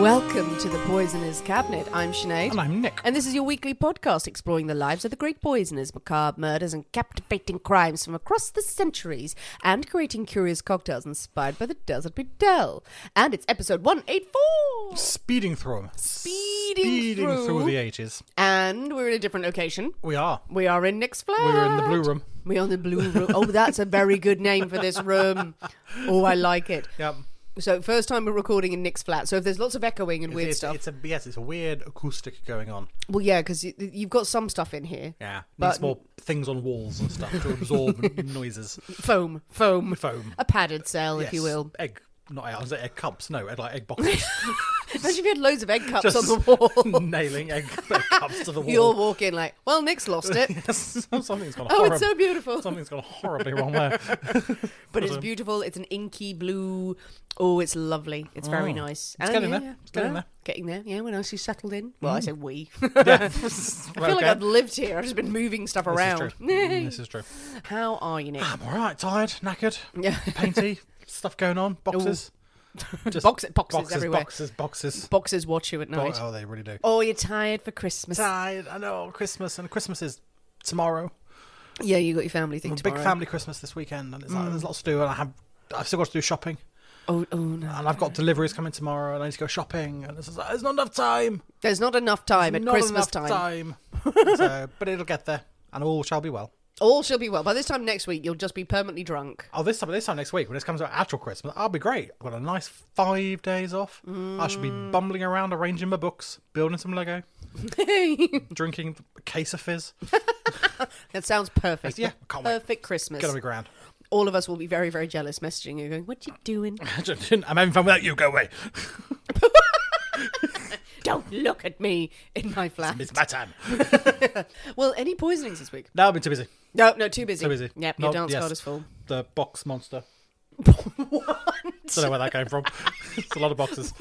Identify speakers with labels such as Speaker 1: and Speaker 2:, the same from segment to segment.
Speaker 1: Welcome to the Poisoner's Cabinet. I'm Sinead.
Speaker 2: And I'm Nick.
Speaker 1: And this is your weekly podcast exploring the lives of the great poisoners, macabre murders, and captivating crimes from across the centuries, and creating curious cocktails inspired by the Desert Bedell. And it's episode 184!
Speaker 2: Speeding through 'em.
Speaker 1: Speeding
Speaker 2: Speeding
Speaker 1: through.
Speaker 2: through the 80s.
Speaker 1: And we're in a different location.
Speaker 2: We are.
Speaker 1: We are in Nick's flat.
Speaker 2: We're in the blue room.
Speaker 1: We're in the blue room. Oh, that's a very good name for this room. Oh, I like it.
Speaker 2: Yep.
Speaker 1: So, first time we're recording in Nick's flat. So, if there's lots of echoing and weird
Speaker 2: it's,
Speaker 1: stuff,
Speaker 2: It's a, yes, it's a weird acoustic going on.
Speaker 1: Well, yeah, because you, you've got some stuff in here.
Speaker 2: Yeah.
Speaker 1: But-
Speaker 2: Needs more things on walls and stuff to absorb n- noises.
Speaker 1: Foam, foam,
Speaker 2: Foam.
Speaker 1: A padded cell, if you
Speaker 2: Yes.
Speaker 1: will.
Speaker 2: Egg. Not egg, I was egg cups. No, egg, like egg boxes.
Speaker 1: Imagine if you had loads of egg cups
Speaker 2: Just
Speaker 1: on the wall.
Speaker 2: nailing egg, egg cups to the wall.
Speaker 1: you all walk in like, well, Nick's lost it,
Speaker 2: Yes, Something's gone
Speaker 1: Oh,
Speaker 2: horribly.
Speaker 1: it's so beautiful.
Speaker 2: Something's gone horribly wrong there.
Speaker 1: but it's beautiful. It's an inky blue. Oh, it's lovely. It's very nice.
Speaker 2: Oh. It's
Speaker 1: And
Speaker 2: getting
Speaker 1: yeah,
Speaker 2: there.
Speaker 1: yeah,
Speaker 2: It's getting
Speaker 1: yeah,
Speaker 2: there. Mm.
Speaker 1: Getting there. Yeah, we're nicely settled in. Well, I say we. I
Speaker 2: Yeah.
Speaker 1: feel like I've lived here. I've just been moving stuff around.
Speaker 2: This is true. Mm, this is Ah. true.
Speaker 1: How are you, Nick?
Speaker 2: I'm all right. Tired, knackered,
Speaker 1: Yeah.
Speaker 2: painty, stuff going on, boxes. Just
Speaker 1: Box- boxes
Speaker 2: boxes,
Speaker 1: everywhere.
Speaker 2: boxes, boxes.
Speaker 1: Boxes watch you at
Speaker 2: Bo-
Speaker 1: night.
Speaker 2: Oh, Ah. they really do.
Speaker 1: Oh, you're tired for Christmas.
Speaker 2: Tired. I know Christmas, and Christmas is tomorrow.
Speaker 1: Yeah, you got your family thing
Speaker 2: A
Speaker 1: tomorrow. Mm.
Speaker 2: big family Christmas this weekend, and it's like, there's lots to do. And I have, I've still got to do shopping,
Speaker 1: Oh, oh no.
Speaker 2: and I've got deliveries coming tomorrow, and I need to go shopping. And it's just like, there's not enough time.
Speaker 1: There's not enough time at
Speaker 2: not
Speaker 1: Christmas
Speaker 2: enough
Speaker 1: time.
Speaker 2: time. so, but it'll get there, and all shall be well.
Speaker 1: All shall be well. By this time next week, you'll just be permanently drunk.
Speaker 2: Oh, this time, this time next week, when this comes out actual Christmas, I'll be great. I've got a nice five days off. I should be
Speaker 1: Mm.
Speaker 2: bumbling around, arranging my books, building some Lego, drinking a case of fizz.
Speaker 1: That sounds perfect.
Speaker 2: Yeah, can't wait.
Speaker 1: perfect Christmas.
Speaker 2: Gonna be grand.
Speaker 1: All of us will be very, very jealous, messaging you, going, "What you doing?
Speaker 2: I'm having fun without you. Go away.
Speaker 1: Don't look at me in my flat."
Speaker 2: It's my time.
Speaker 1: Well, any poisonings this week?
Speaker 2: No, I've been too busy.
Speaker 1: No, no, too busy.
Speaker 2: Too busy.
Speaker 1: Yep,
Speaker 2: No,
Speaker 1: your dance
Speaker 2: yes.
Speaker 1: card is full.
Speaker 2: The box monster. what? Don't know where that came from. it's a lot of boxes.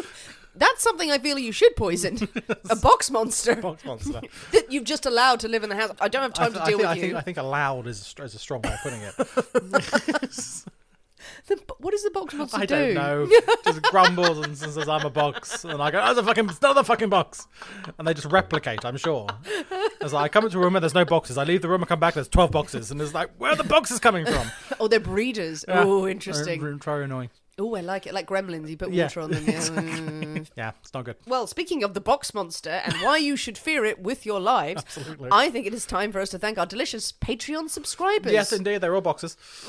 Speaker 1: That's something I feel you should poison. a box monster
Speaker 2: Box monster.
Speaker 1: that you've just allowed to live in the house. I don't have time to
Speaker 2: I, th-
Speaker 1: deal
Speaker 2: I, think,
Speaker 1: with
Speaker 2: I,
Speaker 1: you.
Speaker 2: think, I think allowed is, a str- is a strong way of putting it.
Speaker 1: The bo- what does the box monster
Speaker 2: I
Speaker 1: do?
Speaker 2: don't know. just grumbles and says, "I'm a box," and I go, "That's a fucking, it's another fucking box," and they just replicate. I'm sure. It's like I come into a room and there's no boxes. I leave the room and come back. There's twelve boxes, and it's like, where are the boxes coming from?
Speaker 1: Oh, they're breeders.
Speaker 2: Yeah.
Speaker 1: Oh, interesting.
Speaker 2: Very, very annoying.
Speaker 1: Oh, I like it. Like gremlins, you put
Speaker 2: Yeah.
Speaker 1: water on them. Yeah.
Speaker 2: Yeah, it's not good.
Speaker 1: Well, speaking of the box monster and why you should fear it with your lives,
Speaker 2: Absolutely.
Speaker 1: I think it is time for us to thank our delicious Patreon subscribers.
Speaker 2: Yes, indeed, they're all boxes.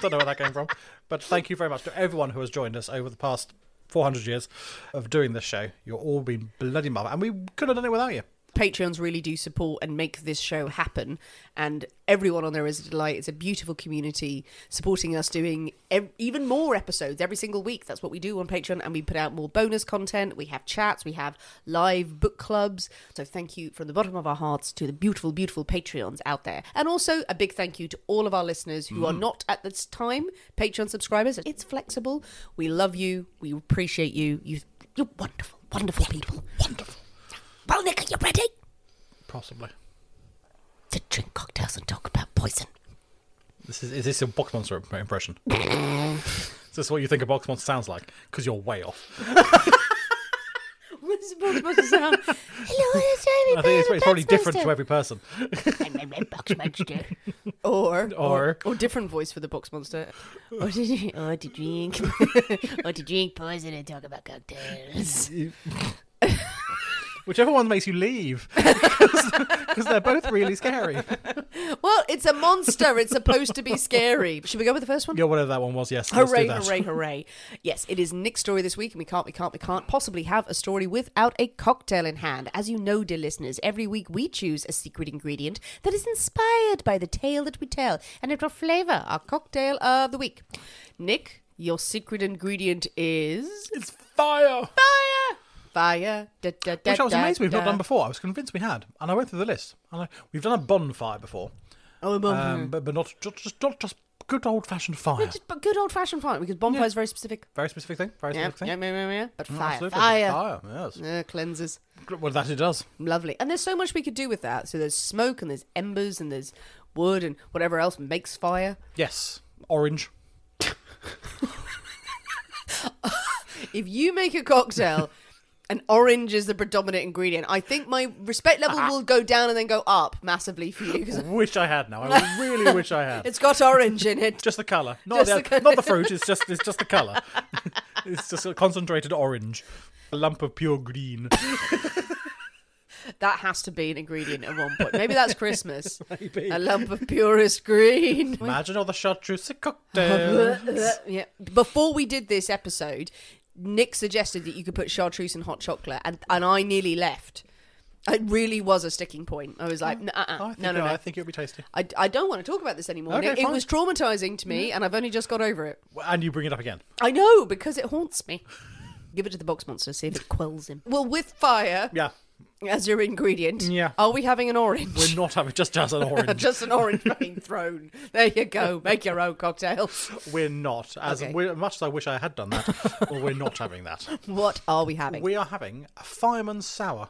Speaker 2: Don't know where that came from, but thank you very much to everyone who has joined us over the past 400 years of doing this show. You've all been bloody mother, and we could have done it without you.
Speaker 1: Patreons really do support and make this show happen. And everyone on there is a delight. It's a beautiful community supporting us doing ev- even more episodes every single week. That's what we do on Patreon. And we put out more bonus content. We have chats. We have live book clubs. So thank you from the bottom of our hearts to the beautiful, beautiful Patreons out there. And also a big thank you to all of our listeners who are not at this time Patreon subscribers. It's flexible. We love you. We appreciate you. you you're wonderful, wonderful people. Wonderful. Well, Nick, are you ready?
Speaker 2: Possibly.
Speaker 1: to drink cocktails and talk about poison.
Speaker 2: This is, is this a box monster imp- impression? is this what you think a box monster sounds like? Because you're way off.
Speaker 1: What's supposed to sound?
Speaker 2: I think it's, it's probably different to every person.
Speaker 1: Or,
Speaker 2: Or-
Speaker 1: or different voice for the box monster.
Speaker 3: Or to, drink- or to drink, or to drink poison and talk about cocktails.
Speaker 2: Whichever one makes you leave, because they're both really scary.
Speaker 1: Well, it's a monster. It's supposed to be scary. Should we go with the first one?
Speaker 2: Yeah, whatever that one was. Yes, let's
Speaker 1: Hooray,
Speaker 2: do that.
Speaker 1: hooray, hooray. Yes, it is Nick's story this week, and we can't, we can't, we can't possibly have a story without a cocktail in hand. As you know, dear listeners, every week we choose a secret ingredient that is inspired by the tale that we tell, and it will flavour our cocktail of the week. Nick, your secret ingredient is
Speaker 2: It's fire.
Speaker 1: fire. Fire. Da, da, da,
Speaker 2: Which I was
Speaker 1: da,
Speaker 2: amazed we've
Speaker 1: da.
Speaker 2: not done before. I was convinced we had, and I went through the list. And I, we've done a bonfire before,
Speaker 1: Oh, a bonfire.
Speaker 2: um, but, but not ju- just not just good old fashioned fire.
Speaker 1: Just- but good old fashioned fire, because bonfire is very specific.
Speaker 2: Very specific thing. Very
Speaker 1: Yeah,
Speaker 2: specific thing. Mm,
Speaker 1: yeah, yeah, yeah, yeah. But fire,
Speaker 2: Absolutely.
Speaker 1: fire,
Speaker 2: Fire. Yes.
Speaker 1: Uh, cleanses.
Speaker 2: Well, that it does.
Speaker 1: Lovely. And there's so much we could do with that. So there's smoke and there's embers and there's wood and whatever else makes fire.
Speaker 2: Yes. Orange.
Speaker 1: If you make a cocktail and orange is the predominant ingredient, I think my respect
Speaker 2: Ah.
Speaker 1: level will go down and then go up massively for you because
Speaker 2: Wish I had now. I really wish I had.
Speaker 1: it's got orange in it.
Speaker 2: just the colour, not
Speaker 1: Just
Speaker 2: the,
Speaker 1: the colour.
Speaker 2: not the fruit. It's just it's just the colour. it's just a concentrated orange, a lump of pure green.
Speaker 1: That has to be an ingredient at one point. Maybe that's Christmas. A lump of purest green.
Speaker 2: Imagine all the chartreuse cocktails.
Speaker 1: yeah. Before we did this episode, Nick suggested that you could put chartreuse in hot chocolate, and, and I nearly left. It really was a sticking point. I was like, "N-
Speaker 2: I
Speaker 1: uh-uh.
Speaker 2: think
Speaker 1: no,
Speaker 2: it-
Speaker 1: no,
Speaker 2: I
Speaker 1: no.
Speaker 2: think it'll be tasty.
Speaker 1: I, I don't want to talk about this anymore.
Speaker 2: Okay,
Speaker 1: Nick. it
Speaker 2: fine.
Speaker 1: was traumatizing to me, and I've only just got over it.
Speaker 2: And you bring it up again.
Speaker 1: I know because it haunts me. Give it to the box monster, see if it quells him. Well, with fire
Speaker 2: Yeah,
Speaker 1: as your ingredient,
Speaker 2: Yeah.
Speaker 1: are we having an orange?
Speaker 2: we're not having just just an orange.
Speaker 1: just an orange being thrown. There you go. Make your own cocktail.
Speaker 2: We're not. As
Speaker 1: Okay.
Speaker 2: we're, much as I wish I had done that, well, we're not having that.
Speaker 1: What are we having?
Speaker 2: We are having a fireman's sour.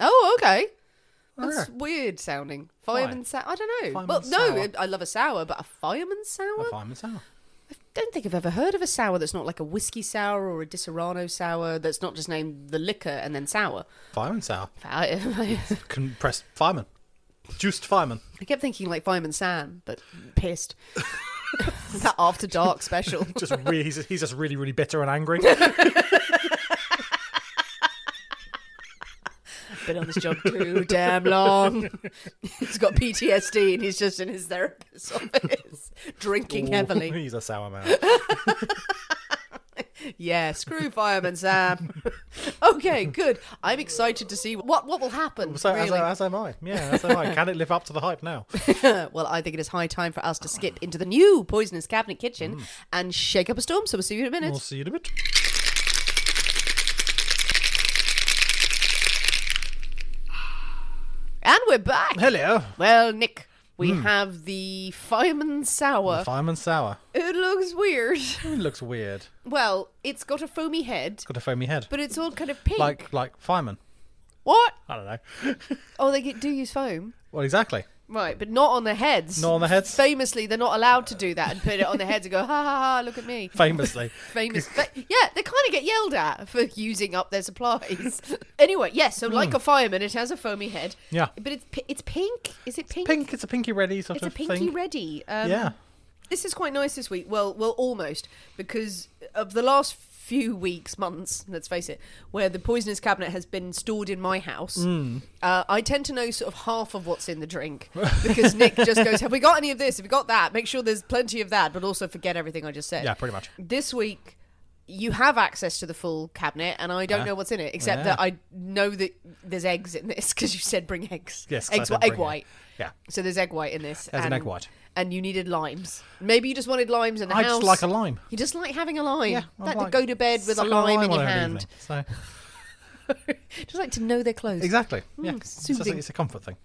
Speaker 1: Oh, okay.
Speaker 2: Yeah.
Speaker 1: That's weird sounding. Oh, Fireman sour. I don't know.
Speaker 2: Fireman
Speaker 1: well, no,
Speaker 2: sour.
Speaker 1: it- I love a sour, but a fireman sour?
Speaker 2: A fireman's sour.
Speaker 1: I don't think I've ever heard of a sour that's not like a whiskey sour or a Disaronno sour that's not just named the liquor and then sour.
Speaker 2: Fireman sour.
Speaker 1: Fire-
Speaker 2: Compressed fireman. Juiced fireman.
Speaker 1: I kept thinking like Fireman Sam, but pissed. that after dark special.
Speaker 2: Just re- he's, he's just really really bitter and angry.
Speaker 1: Been on this job too damn long. he's got PTSD and he's just in his therapist's office drinking heavily.
Speaker 2: he's a sour man.
Speaker 1: Yeah, screw Fireman Sam. okay, good. I'm excited to see what what will happen.
Speaker 2: So as,
Speaker 1: really.
Speaker 2: as am I. Yeah, as am I. Can it live up to the hype now?
Speaker 1: well, I think it is high time for us to skip into the new poisonous cabinet kitchen and shake up a storm. So we'll see you in a minute.
Speaker 2: Mm. We'll see you in a bit.
Speaker 1: and we're back.
Speaker 2: Hello.
Speaker 1: Well, Nick, we
Speaker 2: Mm.
Speaker 1: have the fireman sour.
Speaker 2: Fireman sour.
Speaker 1: it looks weird.
Speaker 2: It looks weird.
Speaker 1: Well, it's got a foamy head,
Speaker 2: It's got a foamy head.
Speaker 1: but it's all kind of pink.
Speaker 2: like like fireman.
Speaker 1: what?
Speaker 2: I don't know.
Speaker 1: Oh, they get, do use foam.
Speaker 2: well, exactly.
Speaker 1: Right, but not on their heads.
Speaker 2: Not on the heads.
Speaker 1: Famously, they're not allowed to do that and put it on their heads and go, ha ha ha, look at me.
Speaker 2: Famously.
Speaker 1: famous. fa- yeah, they kind of get yelled at for using up their supplies. anyway, yes. so like a fireman, it has a foamy head.
Speaker 2: Hmm. Yeah.
Speaker 1: but it's pi- it's pink. Is it pink?
Speaker 2: Pink. It's a pinky ready sort
Speaker 1: It's a
Speaker 2: of
Speaker 1: pinky
Speaker 2: thing.
Speaker 1: ready. Um,
Speaker 2: Yeah.
Speaker 1: this is quite nice this week. Well, well, almost because of the last few weeks, months. Let's face it, where the poisonous cabinet has been stored in my house.
Speaker 2: Hmm.
Speaker 1: Uh, I tend to know sort of half of what's in the drink because Nick just goes, "Have we got any of this? Have we got that? Make sure there's plenty of that, but also forget everything I just said."
Speaker 2: Yeah, pretty much.
Speaker 1: This week. You have access to the full cabinet, and I don't know what's in it, except
Speaker 2: Yeah.
Speaker 1: that I know that there's eggs in this because you said bring eggs.
Speaker 2: Yes. 'cause I
Speaker 1: eggs,
Speaker 2: don't
Speaker 1: egg
Speaker 2: bring it.
Speaker 1: white.
Speaker 2: Yeah.
Speaker 1: So there's egg white in this.
Speaker 2: There's an egg white.
Speaker 1: And you needed limes. Maybe you just wanted limes in the
Speaker 2: I
Speaker 1: house.
Speaker 2: just like a lime.
Speaker 1: You just like having a lime.
Speaker 2: Yeah. I
Speaker 1: like,
Speaker 2: like
Speaker 1: to go to bed with a
Speaker 2: sucking
Speaker 1: lime, in
Speaker 2: on
Speaker 1: your
Speaker 2: an
Speaker 1: hand.
Speaker 2: evening, So
Speaker 1: Just like to know their clothes.
Speaker 2: exactly. Yeah. It's just-
Speaker 1: Mm, soothing.
Speaker 2: it's a comfort thing.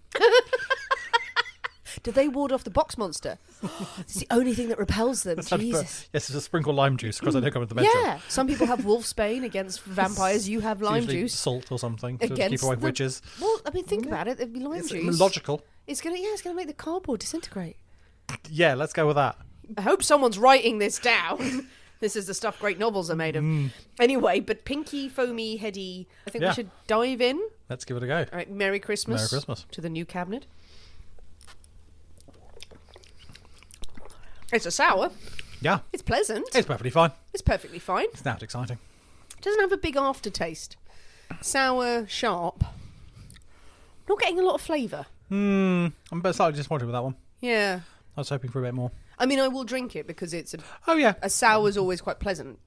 Speaker 1: Do they ward off the box monster? it's the only thing that repels them.
Speaker 2: But-
Speaker 1: Jesus.
Speaker 2: Yes, it's a sprinkle lime juice because I don't come into the bedroom.
Speaker 1: Mm. Yeah. Some people have wolfsbane against vampires. You have
Speaker 2: It's
Speaker 1: lime
Speaker 2: usually
Speaker 1: juice.
Speaker 2: salt or something to keep
Speaker 1: Against
Speaker 2: away
Speaker 1: the-
Speaker 2: witches.
Speaker 1: Well, I mean, think about it. It'd be lime
Speaker 2: It's
Speaker 1: juice.
Speaker 2: logical.
Speaker 1: It's gonna, yeah, it's gonna make the cardboard disintegrate.
Speaker 2: yeah, let's go with that.
Speaker 1: I hope someone's writing this down. this is the stuff great novels are made of. Anyway, but pinky, foamy, heady. I think
Speaker 2: Mm. Yeah.
Speaker 1: we should dive in.
Speaker 2: Let's give it a go.
Speaker 1: All right, Merry Christmas.
Speaker 2: Merry Christmas.
Speaker 1: To the new cabinet. It's a sour.
Speaker 2: Yeah,
Speaker 1: It's pleasant.
Speaker 2: it's perfectly fine.
Speaker 1: It's perfectly fine.
Speaker 2: It's not exciting.
Speaker 1: It doesn't have a big aftertaste. Sour, sharp. Not getting a lot of flavour.
Speaker 2: I'm a bit slightly disappointed with that one.
Speaker 1: Yeah.
Speaker 2: I was hoping for a bit more.
Speaker 1: I mean, I will drink it because it's a,
Speaker 2: Oh yeah,
Speaker 1: a sour's always quite pleasant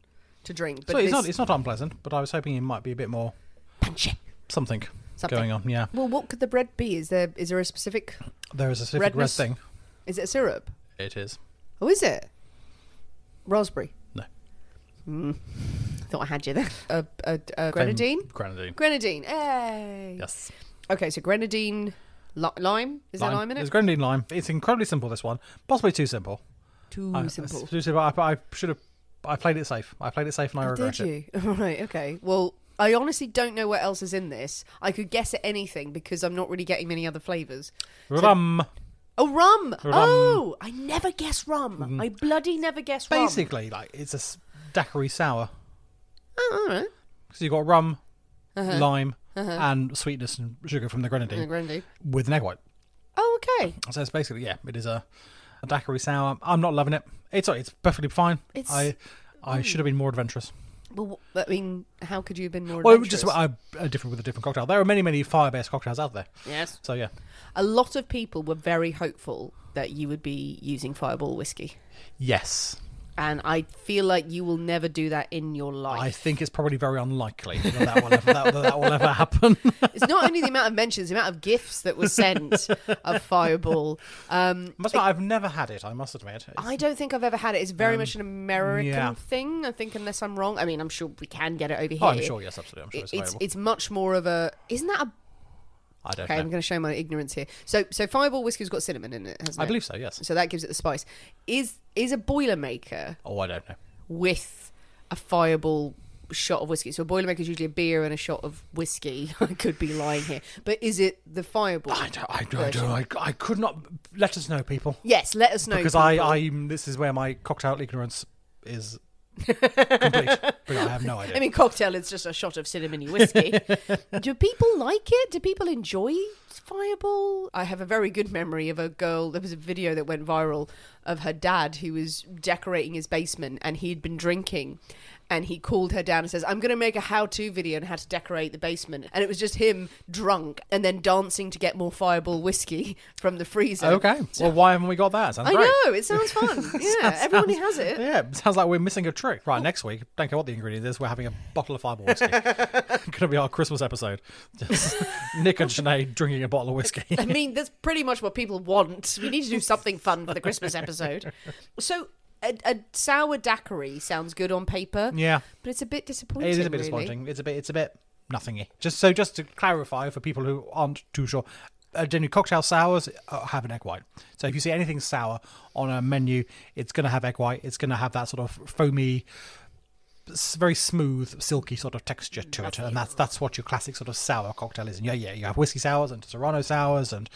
Speaker 1: to drink. Uh, But
Speaker 2: so it's
Speaker 1: this-
Speaker 2: not it's not unpleasant, but I was hoping it might be a bit more
Speaker 1: punchy.
Speaker 2: something,
Speaker 1: Something.
Speaker 2: going on. Yeah,
Speaker 1: Well, what could the bread be? Is there is there a specific?
Speaker 2: there is a specific
Speaker 1: Redness?
Speaker 2: red thing.
Speaker 1: Is it a syrup?
Speaker 2: It is.
Speaker 1: Oh, is it raspberry?
Speaker 2: No.
Speaker 1: I thought I had you there. A, a, a grenadine.
Speaker 2: Grenadine.
Speaker 1: Grenadine. Hey.
Speaker 2: yes.
Speaker 1: Okay, so grenadine, li- lime. Is there lime in it?
Speaker 2: There's grenadine lime. It's incredibly simple. This one, possibly too simple.
Speaker 1: Too
Speaker 2: I,
Speaker 1: simple.
Speaker 2: Too simple. I, I should have. I played it safe. I played it safe, and I regret
Speaker 1: Oh, Did
Speaker 2: it.
Speaker 1: you? All right. Okay. Well, I honestly don't know what else is in this. I could guess at anything because I'm not really getting many other flavors.
Speaker 2: Rum.
Speaker 1: Oh, rum. Oh, I never guess rum.
Speaker 2: Mm-hmm.
Speaker 1: I bloody never guess rum.
Speaker 2: Basically, like it's a s- daiquiri sour.
Speaker 1: Oh, all right.
Speaker 2: So you've got rum,
Speaker 1: Uh-huh.
Speaker 2: lime, and sweetness and sugar from the grenadine
Speaker 1: Uh, Grenadine.
Speaker 2: with an egg white.
Speaker 1: Oh, okay.
Speaker 2: So it's basically yeah, it is a, a daiquiri sour. I'm not loving it. It's it's perfectly fine.
Speaker 1: It's- mm.
Speaker 2: I I should have been more adventurous.
Speaker 1: Well, wh- I mean, how could you have been more?
Speaker 2: Well,
Speaker 1: adventurous?
Speaker 2: just I, a different with a different cocktail. There are many many fire based cocktails out there.
Speaker 1: Yes.
Speaker 2: So yeah,
Speaker 1: A lot of people were very hopeful that you would be using Fireball whiskey,
Speaker 2: yes.
Speaker 1: and I feel like you will never do that in your life.
Speaker 2: I think it's probably very unlikely that that will ever, that, that will ever happen.
Speaker 1: It's not only the amount of mentions, the amount of gifts that were sent of Fireball. Um,
Speaker 2: must not, I've never had it. I must admit. It's-
Speaker 1: I don't think I've ever had it. It's very much an American
Speaker 2: Um, yeah.
Speaker 1: thing, I think, unless I'm wrong. I mean, I'm sure we can get it over here.
Speaker 2: oh, I'm sure. Yes, absolutely. I'm sure
Speaker 1: It-
Speaker 2: it's
Speaker 1: it's,
Speaker 2: available.
Speaker 1: it's much more of a. Isn't that a.
Speaker 2: I don't
Speaker 1: Okay, I'm
Speaker 2: know.
Speaker 1: going to show my ignorance here. So, so Fireball whiskey's got cinnamon in it, hasn't
Speaker 2: I
Speaker 1: it?
Speaker 2: believe so. Yes.
Speaker 1: So that gives it the spice. Is is a boilermaker
Speaker 2: Oh, I don't know.
Speaker 1: with a fireball shot of whiskey? So a boilermaker is usually a beer and a shot of whiskey. I could be lying here, but is it the fireball?
Speaker 2: I don't. I don't. know. I, I could not. Let us know, people,
Speaker 1: Yes, let us know
Speaker 2: because I,
Speaker 1: people.
Speaker 2: I. This is where my cocktail ignorance is complete. but I have no idea.
Speaker 1: I meon cocktail is just a shot of cinnamony whiskey. Do people like it? Do people enjoy Fireball? I have a very good memory of a girl. There was a video that went viral of her dad who was decorating his basement and he'd been drinking. And he called her down and says, I'm going to make a how to video on how to decorate the basement. And it was just him drunk and then dancing to get more fireball whiskey from the freezer.
Speaker 2: okay. Well, why haven't we got that? Sounds
Speaker 1: I
Speaker 2: great.
Speaker 1: know, it sounds fun. Yeah, everyone who has it. Oh.
Speaker 2: Yeah, it sounds like we're missing a trick. Right, next week, don't care what the ingredient is, we're having a bottle of fireball whiskey. Gonna be our Christmas episode. Just Nick and Sinead drinking a bottle of whiskey.
Speaker 1: I mean, that's pretty much what people want. We need to do something fun for the Christmas episode. So, a, a sour daiquiri sounds good on paper.
Speaker 2: yeah.
Speaker 1: But it's a bit disappointing.
Speaker 2: It is a
Speaker 1: really.
Speaker 2: bit disappointing. It's a bit it's a bit nothingy. Just so just to clarify for people who aren't too sure, uh, generally cocktail sours uh, have an egg white. So if you see anything sour on a menu, it's going to have egg white. It's going to have that sort of foamy, s- very smooth, silky sort of texture to it, and that's that's what your classic sort of sour cocktail is. And yeah, yeah, you have whiskey sours and Serrano sours and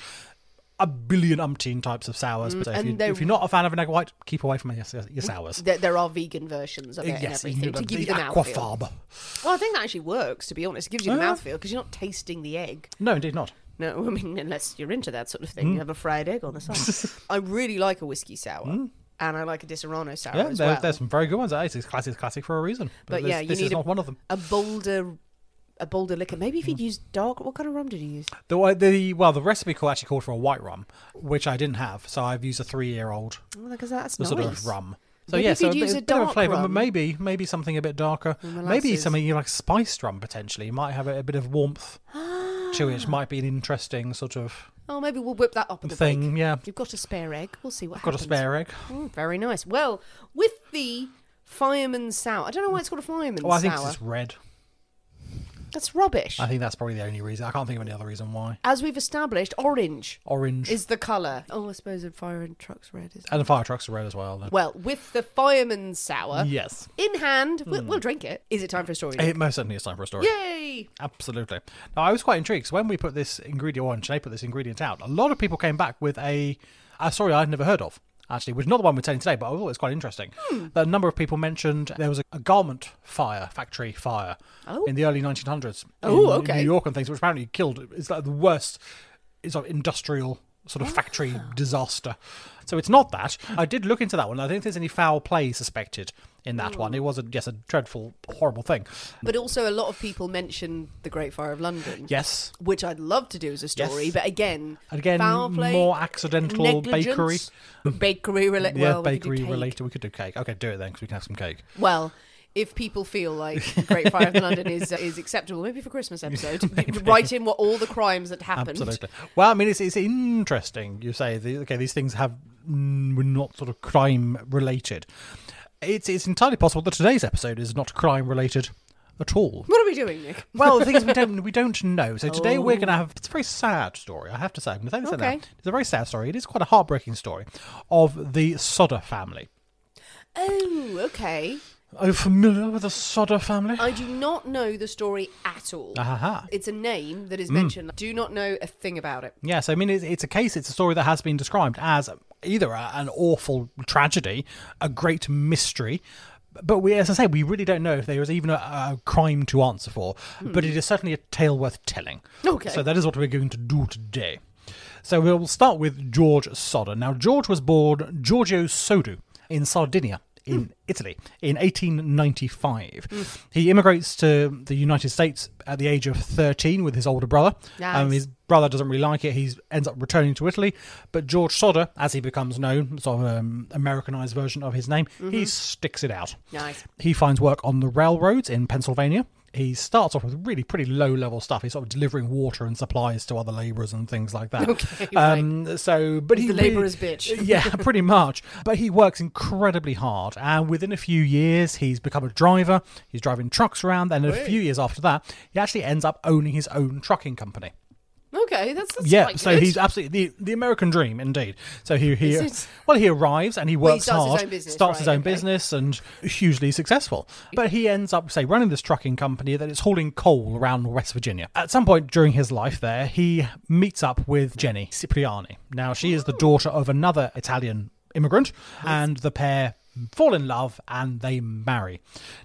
Speaker 2: a billion umpteen types of sours. so if,
Speaker 1: Mm, and
Speaker 2: you,
Speaker 1: they're-
Speaker 2: if you're not a fan of an egg white, keep away from your, your sours.
Speaker 1: There, there are vegan versions of it
Speaker 2: Yes,
Speaker 1: and everything to give you
Speaker 2: the
Speaker 1: the mouthfeel.
Speaker 2: aquafaba.
Speaker 1: Well, I think that actually works, to be honest. It gives you the
Speaker 2: Yeah.
Speaker 1: mouthfeel because you're not tasting the egg.
Speaker 2: No, indeed not.
Speaker 1: No, I mean, unless you're into that sort of
Speaker 2: Mm.
Speaker 1: thing. You have a fried egg on the side. I really like a whiskey sour. And I like a Di Serrano sour
Speaker 2: Mm. Yeah,
Speaker 1: as
Speaker 2: there,
Speaker 1: well.
Speaker 2: there's some very good ones. It's classic, classic for a reason.
Speaker 1: But
Speaker 2: this,
Speaker 1: yeah, you
Speaker 2: this
Speaker 1: need
Speaker 2: is
Speaker 1: a-
Speaker 2: not one of them. Mm.
Speaker 1: a bolder, a bolder liquor. Maybe if you'd used dark, what kind of rum did you use?
Speaker 2: The, way- the well, the recipe call actually called for a white rum, which I didn't have, so I've used a three-year-old
Speaker 1: Because that's nice.
Speaker 2: sort of rum. So
Speaker 1: Maybe
Speaker 2: yeah,
Speaker 1: if
Speaker 2: so
Speaker 1: you'd use
Speaker 2: bit,
Speaker 1: a
Speaker 2: bit of
Speaker 1: dark
Speaker 2: flavour, but
Speaker 1: rum.
Speaker 2: maybe maybe something a bit darker. Maybe
Speaker 1: molasses.
Speaker 2: something like spiced rum potentially might have a, a bit of warmth to
Speaker 1: Ah.
Speaker 2: it. Might be an interesting sort of
Speaker 1: Oh, maybe we'll whip that up in the
Speaker 2: thing.
Speaker 1: bake.
Speaker 2: Yeah,
Speaker 1: You've got a spare egg. We'll see what
Speaker 2: got a
Speaker 1: happens.
Speaker 2: spare egg.
Speaker 1: Mm, very nice. Well, with the fireman's sour, I don't know why it's called a fireman's
Speaker 2: Well, Oh, I think it's
Speaker 1: sour.
Speaker 2: just red.
Speaker 1: That's rubbish.
Speaker 2: I think that's probably the only reason. I can't think of any other reason why.
Speaker 1: As we've established, orange
Speaker 2: Orange
Speaker 1: is the colour. Oh, I suppose a fire and truck's red is.
Speaker 2: and the fire trucks are red as well. Then.
Speaker 1: Well, with the fireman's sour
Speaker 2: yes,
Speaker 1: in hand, we'll,
Speaker 2: Hmm.
Speaker 1: we'll drink it. Is it time for a story?
Speaker 2: it most certainly is time for a story.
Speaker 1: Yay!
Speaker 2: Absolutely. Now, I was quite intrigued. So when we put this ingredient, or Sinead put this ingredient out, a lot of people came back with a, a story I'd never heard of. actually, which is not the one we're telling today, but I thought it was quite interesting.
Speaker 1: Hmm.
Speaker 2: A number of people mentioned there was a, a garment fire, factory fire, in the early 1900s.
Speaker 1: Oh,
Speaker 2: in
Speaker 1: okay.
Speaker 2: New York and things, which apparently killed. It's like the worst it's sort of industrial sort of factory disaster. So it's not that. I did look into that one. I don't think there's any foul play suspected in that
Speaker 1: Hmm.
Speaker 2: one. It was a yes, a dreadful, horrible thing.
Speaker 1: But also, a lot of people mentioned the Great Fire of London.
Speaker 2: Yes.
Speaker 1: Which I'd love to do as a story,
Speaker 2: Yes.
Speaker 1: but again,
Speaker 2: And again,
Speaker 1: foul play,
Speaker 2: more accidental
Speaker 1: negligence, bakery related.
Speaker 2: yeah,
Speaker 1: well, we could do
Speaker 2: bakery
Speaker 1: cake.
Speaker 2: related. We could do cake. Okay, do it then because we can have some cake.
Speaker 1: Well, if people feel like Great Fire of London is uh, is acceptable, maybe for Christmas episode, write in what all the crimes that happened.
Speaker 2: Absolutely. Well, I mean, it's it's interesting. You say the, okay, these things have mm, were not sort of crime related. It's it's entirely possible that today's episode is not crime related at all.
Speaker 1: What are we doing, Nick?
Speaker 2: Well, the thing is, we don't we don't know. So today we're going to have it's a very sad story. I have to say, I'm going to say this out
Speaker 1: Oh. Okay.
Speaker 2: loud. It's a very sad story. It is quite a heartbreaking story of the Sodder family.
Speaker 1: Oh, okay.
Speaker 2: Are you familiar with the Sodder family?
Speaker 1: I do not know the story at all.
Speaker 2: Aha.
Speaker 1: It's a name that is
Speaker 2: Mm.
Speaker 1: mentioned. Do not know a thing about it.
Speaker 2: Yes, I mean it's, it's a case. It's a story that has been described as either a, an awful tragedy, a great mystery. But we, as I say, we really don't know if there is even a, a crime to answer for. But it is certainly a tale worth telling.
Speaker 1: Hmm. Okay.
Speaker 2: So that is what we're going to do today. So we'll start with George Sodder. Now George was born Giorgio Sodu in Sardinia.
Speaker 1: Hmm.
Speaker 2: In Italy in 1895. He immigrates to the United States at the age of 13 with his older brother. Um,
Speaker 1: Nice.
Speaker 2: his brother doesn't really like it. He ends up returning to Italy. But George Sodder, as he becomes known, sort of um, Americanized version of his name, he sticks it out.
Speaker 1: Mm-hmm. Nice.
Speaker 2: He finds work on the railroads in Pennsylvania. He starts off with really pretty low level stuff. He's sort of delivering water and supplies to other laborers and things like that.
Speaker 1: Okay,
Speaker 2: um, So, but he
Speaker 1: the
Speaker 2: really-
Speaker 1: labourer's bitch.
Speaker 2: yeah, pretty much. But he works incredibly hard, and within a few years, he's become a driver. He's driving trucks around, and a few years after that, he actually ends up owning his own trucking company.
Speaker 1: Okay, that's, that's
Speaker 2: yeah,
Speaker 1: quite
Speaker 2: so
Speaker 1: good.
Speaker 2: he's absolutely the, the American dream, indeed. So he, he
Speaker 1: Is it-
Speaker 2: well, he arrives and he
Speaker 1: Well, he
Speaker 2: works
Speaker 1: starts his
Speaker 2: hard,
Speaker 1: own business,
Speaker 2: starts his
Speaker 1: right,
Speaker 2: own
Speaker 1: okay.
Speaker 2: business, and hugely successful. But he ends up, say, running this trucking company that is hauling coal around West Virginia. At some point during his life, there he meets up with Jenny Cipriani. Now she is the daughter of another Italian immigrant, and the pair. Fall in love and they marry.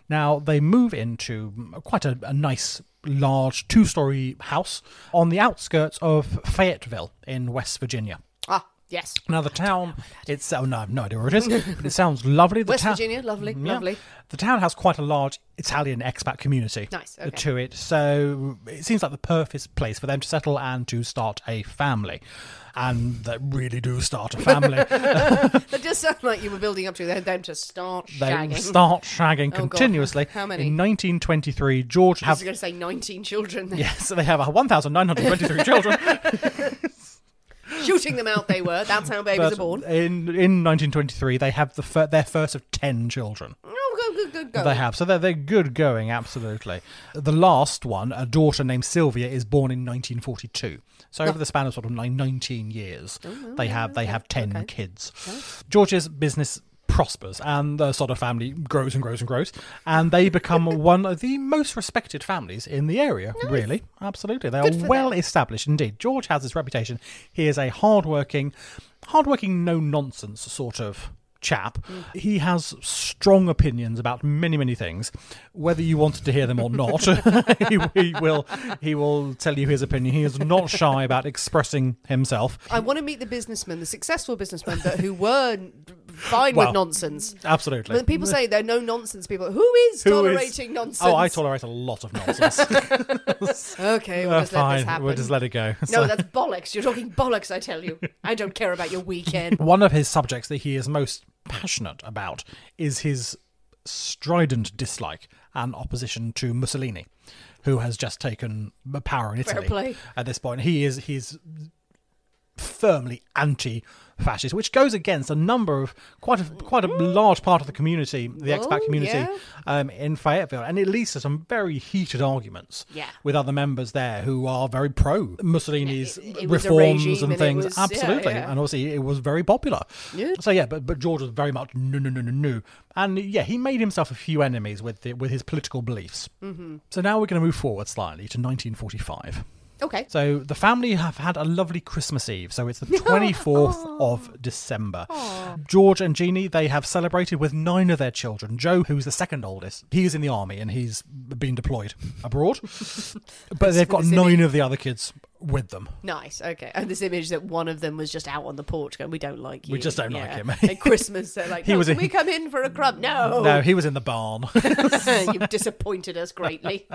Speaker 2: Now they move into quite a, a nice large two story house on the outskirts of Fayetteville in West Virginia.
Speaker 1: ah yes,
Speaker 2: Now the town it's oh no, I've no idea where it is, but it sounds lovely. The
Speaker 1: West
Speaker 2: town- Mm,
Speaker 1: Virginia, lovely,
Speaker 2: Yeah.
Speaker 1: lovely.
Speaker 2: The town has quite a large Italian expat community uh,
Speaker 1: Nice, okay.
Speaker 2: to it, so it seems like the perfect place for them to settle and to start a family. And they really do start a family.
Speaker 1: That does sound like you were building up to them, them to start
Speaker 2: they
Speaker 1: shagging. Oh,
Speaker 2: start shagging
Speaker 1: God.
Speaker 2: continuously.
Speaker 1: How many?
Speaker 2: In 1923, George
Speaker 1: I was
Speaker 2: have
Speaker 1: going to say 19 children.
Speaker 2: yeah, so they have 1,923 children.
Speaker 1: Shooting them out, they were. That's how babies are
Speaker 2: But
Speaker 1: born.
Speaker 2: In in 1923, they have the fir- their first of ten children.
Speaker 1: Oh, go, go, go, go.
Speaker 2: They have, so they're, they're good going, absolutely. The last one, a daughter named Sylvia, is born in 1942. So over the span of sort of nine, 19 years, they have they have 10 kids. George's business prospers and the sort of family grows and grows and grows and they become one of the most respected families in the area really absolutely they are well established indeed george has this reputation he is a hard-working hard-working no-nonsense sort of chap. He has strong opinions about many, many things. Whether you wanted to hear them or not, he, he will he will tell you his opinion. He is not shy about expressing himself.
Speaker 1: I want to meet the businessmen, the successful businessmen that who were n- fine
Speaker 2: Well,
Speaker 1: with nonsense.
Speaker 2: Absolutely.
Speaker 1: When people say they're no nonsense people, who is
Speaker 2: Who is-
Speaker 1: tolerating nonsense?
Speaker 2: Oh, I tolerate a lot of nonsense.
Speaker 1: Okay, we'll
Speaker 2: Uh,
Speaker 1: just let this
Speaker 2: fine,
Speaker 1: happen.
Speaker 2: we'll just let uh, it go.
Speaker 1: no, that's bollocks. You're talking bollocks, I tell you. I don't care about your weekend.
Speaker 2: One of his subjects that he is most passionate about is his strident dislike and opposition to Mussolini, who has just taken the power in Italy.
Speaker 1: play.
Speaker 2: At this point, he is he's firmly anti-fascist, which goes against a number of quite a quite a large part of the community, the expat community
Speaker 1: Oh, yeah.
Speaker 2: um, in Fayetteville, and it leads to some very heated arguments
Speaker 1: Yeah.
Speaker 2: with other members there who are very pro Mussolini's
Speaker 1: It- it was a
Speaker 2: reforms
Speaker 1: regime
Speaker 2: and
Speaker 1: and it
Speaker 2: things.
Speaker 1: was- yeah,
Speaker 2: Absolutely,
Speaker 1: yeah.
Speaker 2: and obviously it was very popular.
Speaker 1: Yeah.
Speaker 2: So yeah, but but George was very much no no no no no, and yeah, he made himself a few enemies with the, with his political beliefs. Mm-hmm. So now we're going to move forward slightly to 1945.
Speaker 1: Okay.
Speaker 2: So the family have had a lovely Christmas Eve. So it's the 24th of December. George and Jeannie, they have celebrated with nine of their children. Joe, who's the second oldest, he is in the army and he's been deployed abroad. but they've got
Speaker 1: this
Speaker 2: nine of the other kids with them.
Speaker 1: Nice. Okay. And this image that one of them was just out on the porch going, "We don't like you.
Speaker 2: We just don't like him."
Speaker 1: At Christmas, they're like,
Speaker 2: He
Speaker 1: "No,
Speaker 2: was
Speaker 1: can
Speaker 2: a-
Speaker 1: we come in for a crumb? No.
Speaker 2: No, he was in the barn.
Speaker 1: You've disappointed us greatly.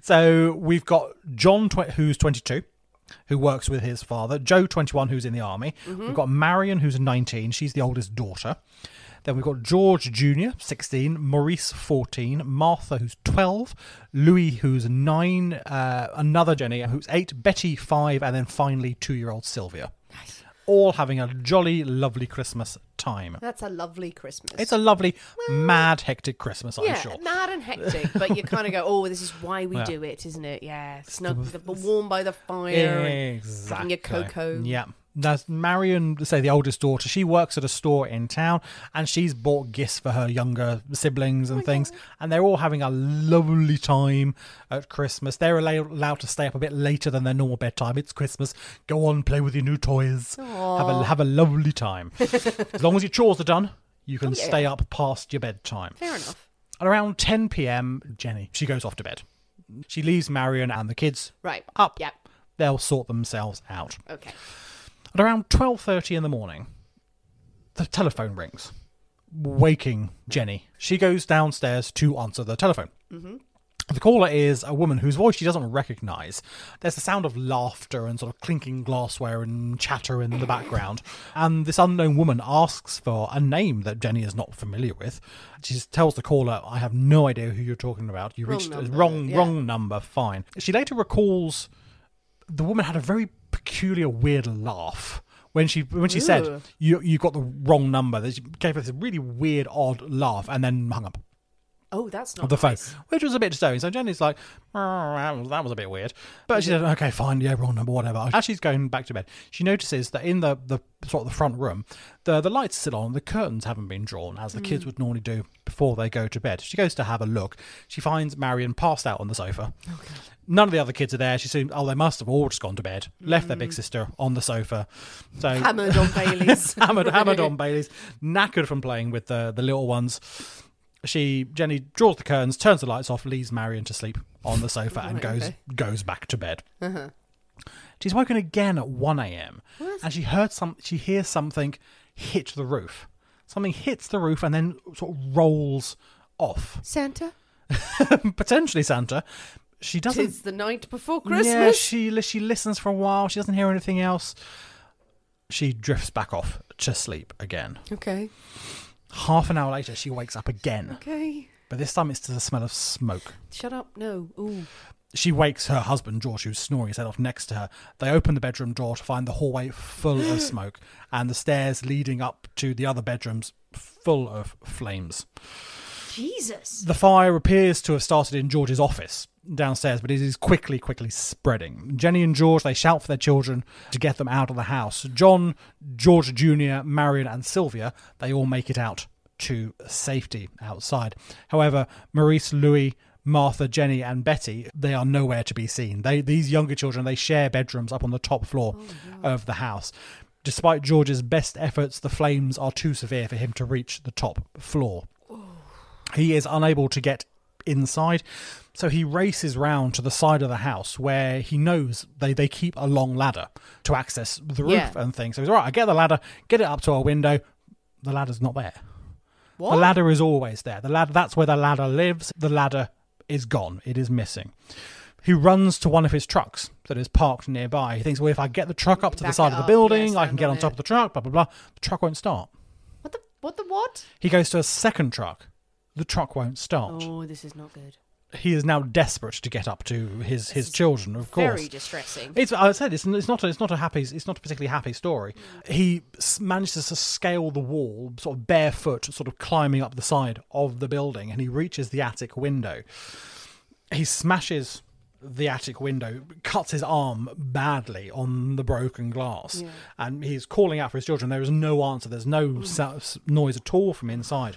Speaker 2: so we've got John, tw- who's 22, who works with his father. Joe, 21, who's in the army. We've got Marion, who's 19. She's the oldest daughter. Then we've got George Jr., 16, Maurice, 14, Martha, who's 12, Louis, who's 9, uh, another Jenny, who's 8, Betty, 5, and then finally two year old Sylvia. All having a jolly, lovely Christmas time.
Speaker 1: That's a lovely Christmas.
Speaker 2: It's a lovely, mad, hectic Christmas, I'm
Speaker 1: yeah,
Speaker 2: sure.
Speaker 1: mad and hectic, but you kind of go, "Oh, this is why we do it, isn't it? Yeah, snug, the, warm by the fire, and having
Speaker 2: Exactly.
Speaker 1: your cocoa.
Speaker 2: Yeah. That's Marion, say the oldest daughter. She works at a store in town and she's bought gifts for her younger siblings and things. And they're all having a lovely time at Christmas. They're allow- allowed to stay up a bit later than their normal bedtime. It's Christmas. Go on, play with your new toys. Have a, have a lovely time. as long as your chores are done, you can stay up past your bedtime.
Speaker 1: Fair enough.
Speaker 2: At around 10 p.m., Jenny, she goes off to bed. She leaves Marion and the kids
Speaker 1: Right.
Speaker 2: up.
Speaker 1: Yep.
Speaker 2: They'll sort themselves out.
Speaker 1: Okay.
Speaker 2: At around 12:30 in the morning, the telephone rings, waking Jenny. She goes downstairs to answer the telephone.
Speaker 1: Mm-hmm.
Speaker 2: The caller is a woman whose voice she doesn't recognize. There's the sound of laughter and sort of clinking glassware and chatter in the background. And this unknown woman asks for a name that Jenny is not familiar with. She tells the caller, I have no idea who you're talking about. You reached
Speaker 1: number,
Speaker 2: wrong,
Speaker 1: yeah.
Speaker 2: wrong number, fine. She later recalls the woman had a very peculiar, weird laugh when she when she said, "You you got the wrong number." That She gave her this really weird, odd laugh, and then hung up
Speaker 1: Oh, that's not
Speaker 2: of the phone,
Speaker 1: nice.
Speaker 2: which was a bit disturbing. So Jenny's like, "Oh, that was, that was a bit weird. But she said, okay, fine, yeah, wrong number, whatever. As she's going back to bed, she notices that in the, the sort of the front room, the, the lights are still on, the curtains haven't been drawn, as the
Speaker 1: Mm.
Speaker 2: kids would normally do before they go to bed. She goes to have a look. She finds Marion passed out on the sofa. None of the other kids are there. She assumes, oh, they must have all just gone to bed, left their big sister on the sofa. So
Speaker 1: Mm. Hammered on Bailey's.
Speaker 2: hammered, hammered on Bailey's, knackered from playing with the the little ones. She Jenny draws the curtains, turns the lights off, leaves Marion to sleep on the sofa, and goes goes back to bed.
Speaker 1: Uh-huh.
Speaker 2: She's woken again at one a.m. and she heard some. She hears something hit the roof. Something hits the roof and then sort of rolls off.
Speaker 1: Santa.
Speaker 2: Potentially Santa. She doesn't.
Speaker 1: Tis the night before
Speaker 2: Yeah,
Speaker 1: Christmas.
Speaker 2: she li- she listens for a while. She doesn't hear anything else. She drifts back off to sleep again.
Speaker 1: Okay.
Speaker 2: Half an hour later, she wakes up again,
Speaker 1: Okay.
Speaker 2: but this time it's to the smell of smoke.
Speaker 1: Shut up. No. Ooh.
Speaker 2: She wakes her husband, George, who's snoring his head off next to her. They open the bedroom door to find the hallway full of smoke and the stairs leading up to the other bedrooms full of flames.
Speaker 3: Jesus.
Speaker 2: The fire appears to have started in George's office downstairs, but it is quickly, quickly spreading. Jenny and George, they shout for their children to get them out of the house. John, George Jr., Marion, and Sylvia, they all make it out to safety outside. However, Maurice, Louis, Martha, Jenny, and Betty, they are nowhere to be seen. They, these younger children, they share bedrooms up on the top floor of the house. Despite George's best efforts, the flames are too severe for him to reach the top floor. He is unable to get inside, so he races round to the side of the house where he knows they, they keep a long ladder to access the roof
Speaker 1: Yeah.
Speaker 2: and things. So he's all right, I get the ladder, get it up to our window. The ladder's not there. The ladder is always there. The ladder that's where the ladder lives. The ladder is gone. It is missing. He runs to one of his trucks that is parked nearby. He thinks, well, if I get the truck up to the
Speaker 1: Back
Speaker 2: side
Speaker 1: it
Speaker 2: of the
Speaker 1: up,
Speaker 2: building,
Speaker 1: yeah,
Speaker 2: I can
Speaker 1: stand
Speaker 2: get
Speaker 1: on
Speaker 2: on top
Speaker 1: it."
Speaker 2: of the truck, blah, blah, blah. The truck won't start.
Speaker 1: What the? What the? What?
Speaker 2: He goes to a second truck. The truck won't start
Speaker 3: Oh, this is not good.
Speaker 2: he is now desperate to get up to his his children. Of course,
Speaker 1: Very distressing.
Speaker 2: it's I said it's, it's not a, it's not a happy it's not a particularly happy story. He s- manages to scale the wall, sort of barefoot, sort of climbing up the side of the building, and he reaches the attic window. He smashes the attic window, cuts his arm badly on the broken glass, and he's calling out for his children. There is no answer. There's no sou- s- noise at all from inside,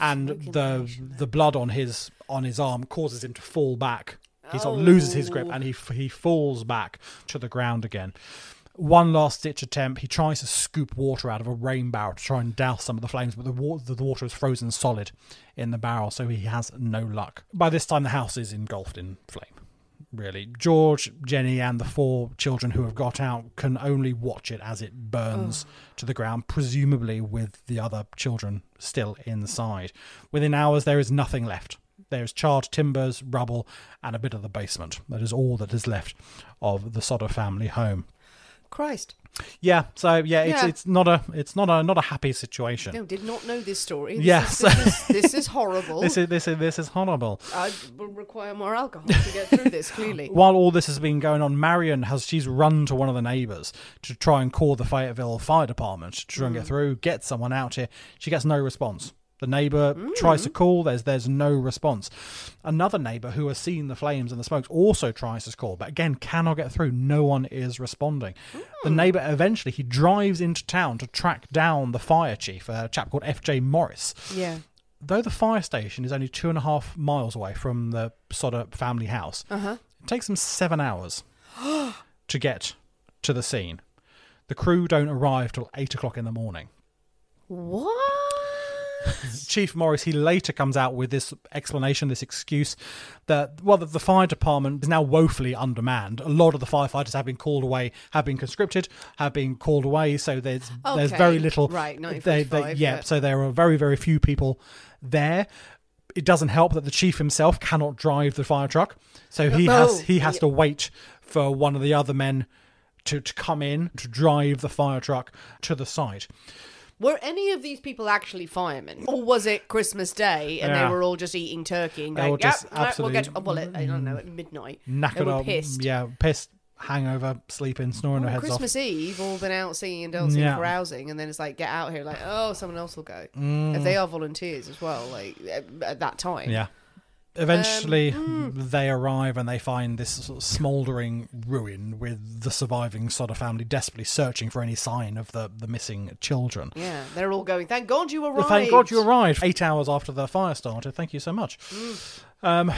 Speaker 2: and the the blood on his on his arm causes him to fall back He sort of loses his grip and he f- he falls back to the ground again. One last ditch attempt. He tries to scoop water out of a rain barrel to try and douse some of the flames, but the water the water is frozen solid in the barrel, so he has no luck. By this time, the house is engulfed in flame. Really, George, Jenny, and the four children who have got out can only watch it as it burns to the ground, presumably with the other children still inside. Within hours, there is nothing left. There is charred timbers, rubble, and a bit of the basement. That is all that is left of the Sodder family home.
Speaker 1: Christ.
Speaker 2: Yeah, so yeah, it's
Speaker 1: Yeah.
Speaker 2: it's not a it's not a not a happy situation.
Speaker 1: No, did not know this story. This
Speaker 2: Yes.
Speaker 1: Is, this, is, this is horrible.
Speaker 2: This is this is this is horrible.
Speaker 1: I will require more alcohol to get through this, clearly.
Speaker 2: While all this has been going on, Marion has she's run to one of the neighbours to try and call the Fayetteville Fire Department to try and get through, get someone out here. She gets no response. The neighbour tries to call. There's there's no response. Another neighbour who has seen the flames and the smokes also tries to call, but again cannot get through. No one is responding. The neighbour eventually he drives into town to track down the fire chief, a chap called F. J. Morris
Speaker 1: Yeah.
Speaker 2: though the fire station is only two and a half miles away from the Sodder family house, it takes them seven hours to get to the scene. The crew don't arrive till eight o'clock in the morning.
Speaker 1: What?
Speaker 2: Chief Morris, he later comes out with this explanation, this excuse that, well, that the fire department is now woefully undermanned. A lot of the firefighters have been called away, have been conscripted, have been called away. So there's there's
Speaker 1: Okay,
Speaker 2: very little.
Speaker 1: right,
Speaker 2: They,
Speaker 1: 1945,
Speaker 2: yeah,
Speaker 1: but-
Speaker 2: so there are very, very few people there. It doesn't help that the chief himself cannot drive the fire truck. So he has
Speaker 1: Oh,
Speaker 2: he has to wait for one of the other men to, to come in to drive the fire truck to the site.
Speaker 1: Were any of these people actually firemen? Or was it Christmas Day and
Speaker 2: Yeah.
Speaker 1: they were all just eating turkey and
Speaker 2: They
Speaker 1: going,
Speaker 2: were
Speaker 1: yep,
Speaker 2: just
Speaker 1: all right, we'll get,
Speaker 2: absolutely
Speaker 1: oh, well, at- I don't know, at midnight. they
Speaker 2: knackered
Speaker 1: were
Speaker 2: up,
Speaker 1: pissed.
Speaker 2: yeah, pissed, hangover, sleeping, snoring their
Speaker 1: On
Speaker 2: heads
Speaker 1: Christmas
Speaker 2: off.
Speaker 1: Eve, all been out singing and dancing,
Speaker 2: Yeah.
Speaker 1: carousing, and then it's like, get out here, like, oh, someone else will go. If they are volunteers as well, like at, at that time.
Speaker 2: Mm. Yeah. Eventually,
Speaker 1: hmm.
Speaker 2: they arrive and they find this sort of smouldering ruin with the surviving Sodder family desperately searching for any sign of the, the missing children.
Speaker 1: Yeah, they're all going, thank God you arrived.
Speaker 2: Thank God you arrived eight hours after the fire started. Thank you so much.
Speaker 1: Mm.
Speaker 2: Um,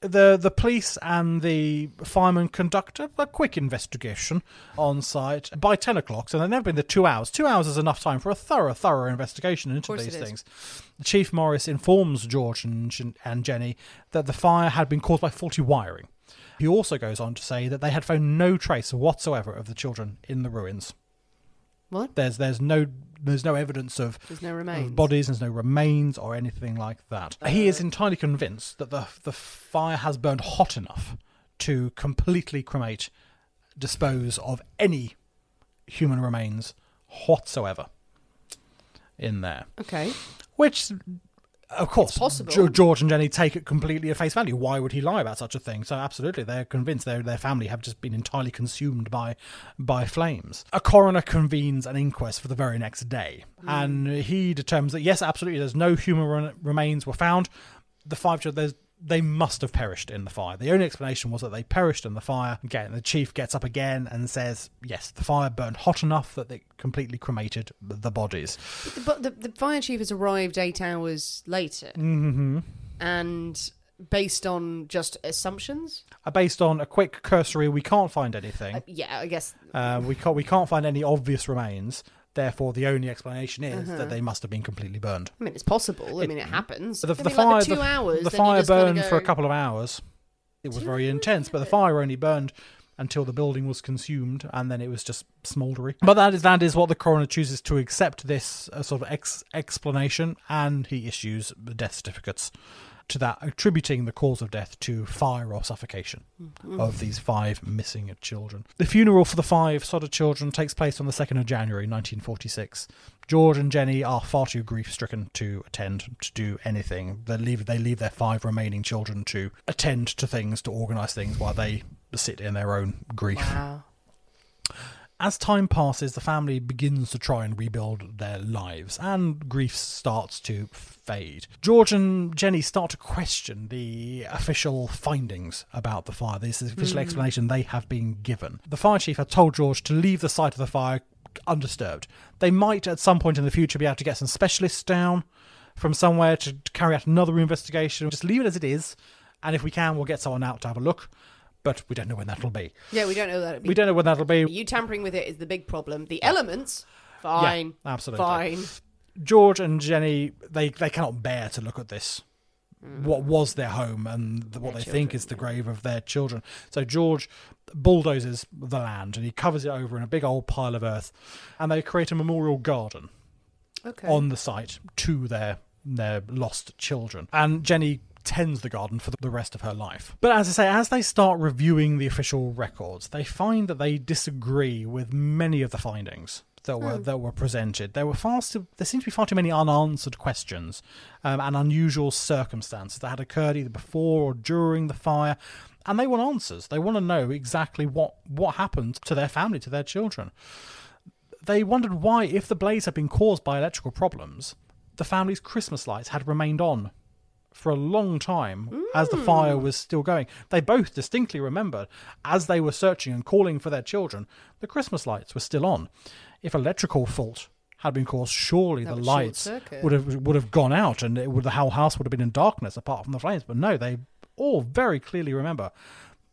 Speaker 2: the the police and the fireman conduct a, a quick investigation on site by ten o'clock. So they've never been the two hours. Two hours is enough time for a thorough, thorough investigation into
Speaker 1: course
Speaker 2: these
Speaker 1: it is.
Speaker 2: things. Chief Morris informs George and, Jen- and Jenny that the fire had been caused by faulty wiring. He also goes on to say that they had found no trace whatsoever of the children in the ruins.
Speaker 1: What?
Speaker 2: There's there's no there's no evidence of
Speaker 1: There's no
Speaker 2: of
Speaker 1: remains. Uh,
Speaker 2: bodies, there's no remains or anything like that. he is entirely convinced that the the fire has burned hot enough to completely cremate, dispose of any human remains whatsoever in there.
Speaker 1: Okay.
Speaker 2: Which, of course,
Speaker 1: possible.
Speaker 2: Ge- George and Jenny take it completely at face value. Why would he lie about such a thing? So absolutely, they're convinced their their family have just been entirely consumed by by flames. A coroner convenes an inquest for the very next day, and he determines that yes, absolutely, there's no human re- remains were found. The five children, there's they must have perished in the fire. The only explanation was that they perished in the fire. Again, the chief gets up again and says, "Yes, the fire burned hot enough that it completely cremated the bodies."
Speaker 1: But the, the fire chief has arrived eight hours later. Mm-hmm. And based on just assumptions?
Speaker 2: are Uh, based on a quick cursory. We can't find anything.
Speaker 1: Yeah, I guess.
Speaker 2: Uh, we can't. We can't find any obvious remains. Therefore, the only explanation is
Speaker 1: Uh-huh.
Speaker 2: that they must have been completely burned.
Speaker 1: I mean, it's possible. I mean, it happens. I
Speaker 2: The,
Speaker 1: mean,
Speaker 2: the
Speaker 1: like
Speaker 2: fire,
Speaker 1: two
Speaker 2: the,
Speaker 1: hours.
Speaker 2: the
Speaker 1: then you
Speaker 2: fire
Speaker 1: just gotta
Speaker 2: burned for a
Speaker 1: go-
Speaker 2: couple of hours. It was very intense, but the fire only burned until the building was consumed, and then it was just smouldery. But that is that is what the coroner chooses to accept this uh, sort of ex- explanation, and he issues the death certificates to that, attributing the cause of death to fire or suffocation of these five missing children. The funeral for the five Sodder children takes place on the 2nd of January 1946. George and Jenny are far too grief stricken to attend to do anything. They leave, they leave their five remaining children to attend to things, to organise things while they sit in their own grief.
Speaker 1: Wow.
Speaker 2: As time passes, the family begins to try and rebuild their lives, and grief starts to fade. George and Jenny start to question the official findings about the fire. This is the official explanation they have been given. The fire chief had told George to leave the site of the fire undisturbed. They might, at some point in the future, be able to get some specialists down from somewhere to, to carry out another investigation. Just leave it as it is And if we can, we'll get someone out to have a look. But we don't know when that'll be.
Speaker 1: Yeah, we don't know that. It'd be
Speaker 2: We don't know when that'll be.
Speaker 1: You tampering with it is the big problem. The elements, fine,
Speaker 2: absolutely.
Speaker 1: fine.
Speaker 2: George and Jenny, they, they cannot bear to look at this. What was their home and the, what they think is the grave of their children. So George bulldozes the land and he covers it over in a big old pile of earth, and they create a memorial garden
Speaker 1: Okay.
Speaker 2: on the site to their their lost children. And Jenny tends the garden for the rest of her life. But as I say, as they start reviewing the official records, they find that they disagree with many of the findings that were that were presented. There were far too, there seemed to be far too many unanswered questions um, and unusual circumstances that had occurred either before or during the fire. And they want answers. They want to know exactly what, what happened to their family, to their children they wondered why, if the blaze had been caused by electrical problems, the family's Christmas lights had remained on for a long time as the fire
Speaker 1: Mm.
Speaker 2: was still going. They both distinctly remembered, as they were searching and calling for their children, the Christmas lights were still on. If electrical fault had been caused, surely the
Speaker 1: would short
Speaker 2: lights
Speaker 1: circuit.
Speaker 2: would have would have gone out, and it would, the whole house would have been in darkness apart from the flames. But no, they all very clearly remember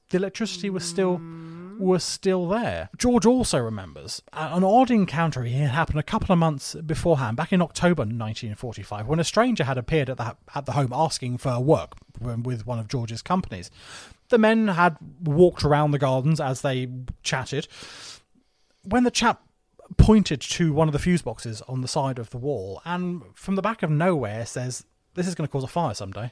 Speaker 2: the electricity was still
Speaker 1: Mm.
Speaker 2: was still there. George also remembers a- an odd encounter he had happened a couple of months beforehand, back in October 1945, when a stranger had appeared at the at the home asking for work w- with one of George's companies. The men had walked around the gardens as they chatted. When the chap pointed to one of the fuse boxes on the side of the wall, and from the back of nowhere says, "This is going to cause a fire someday."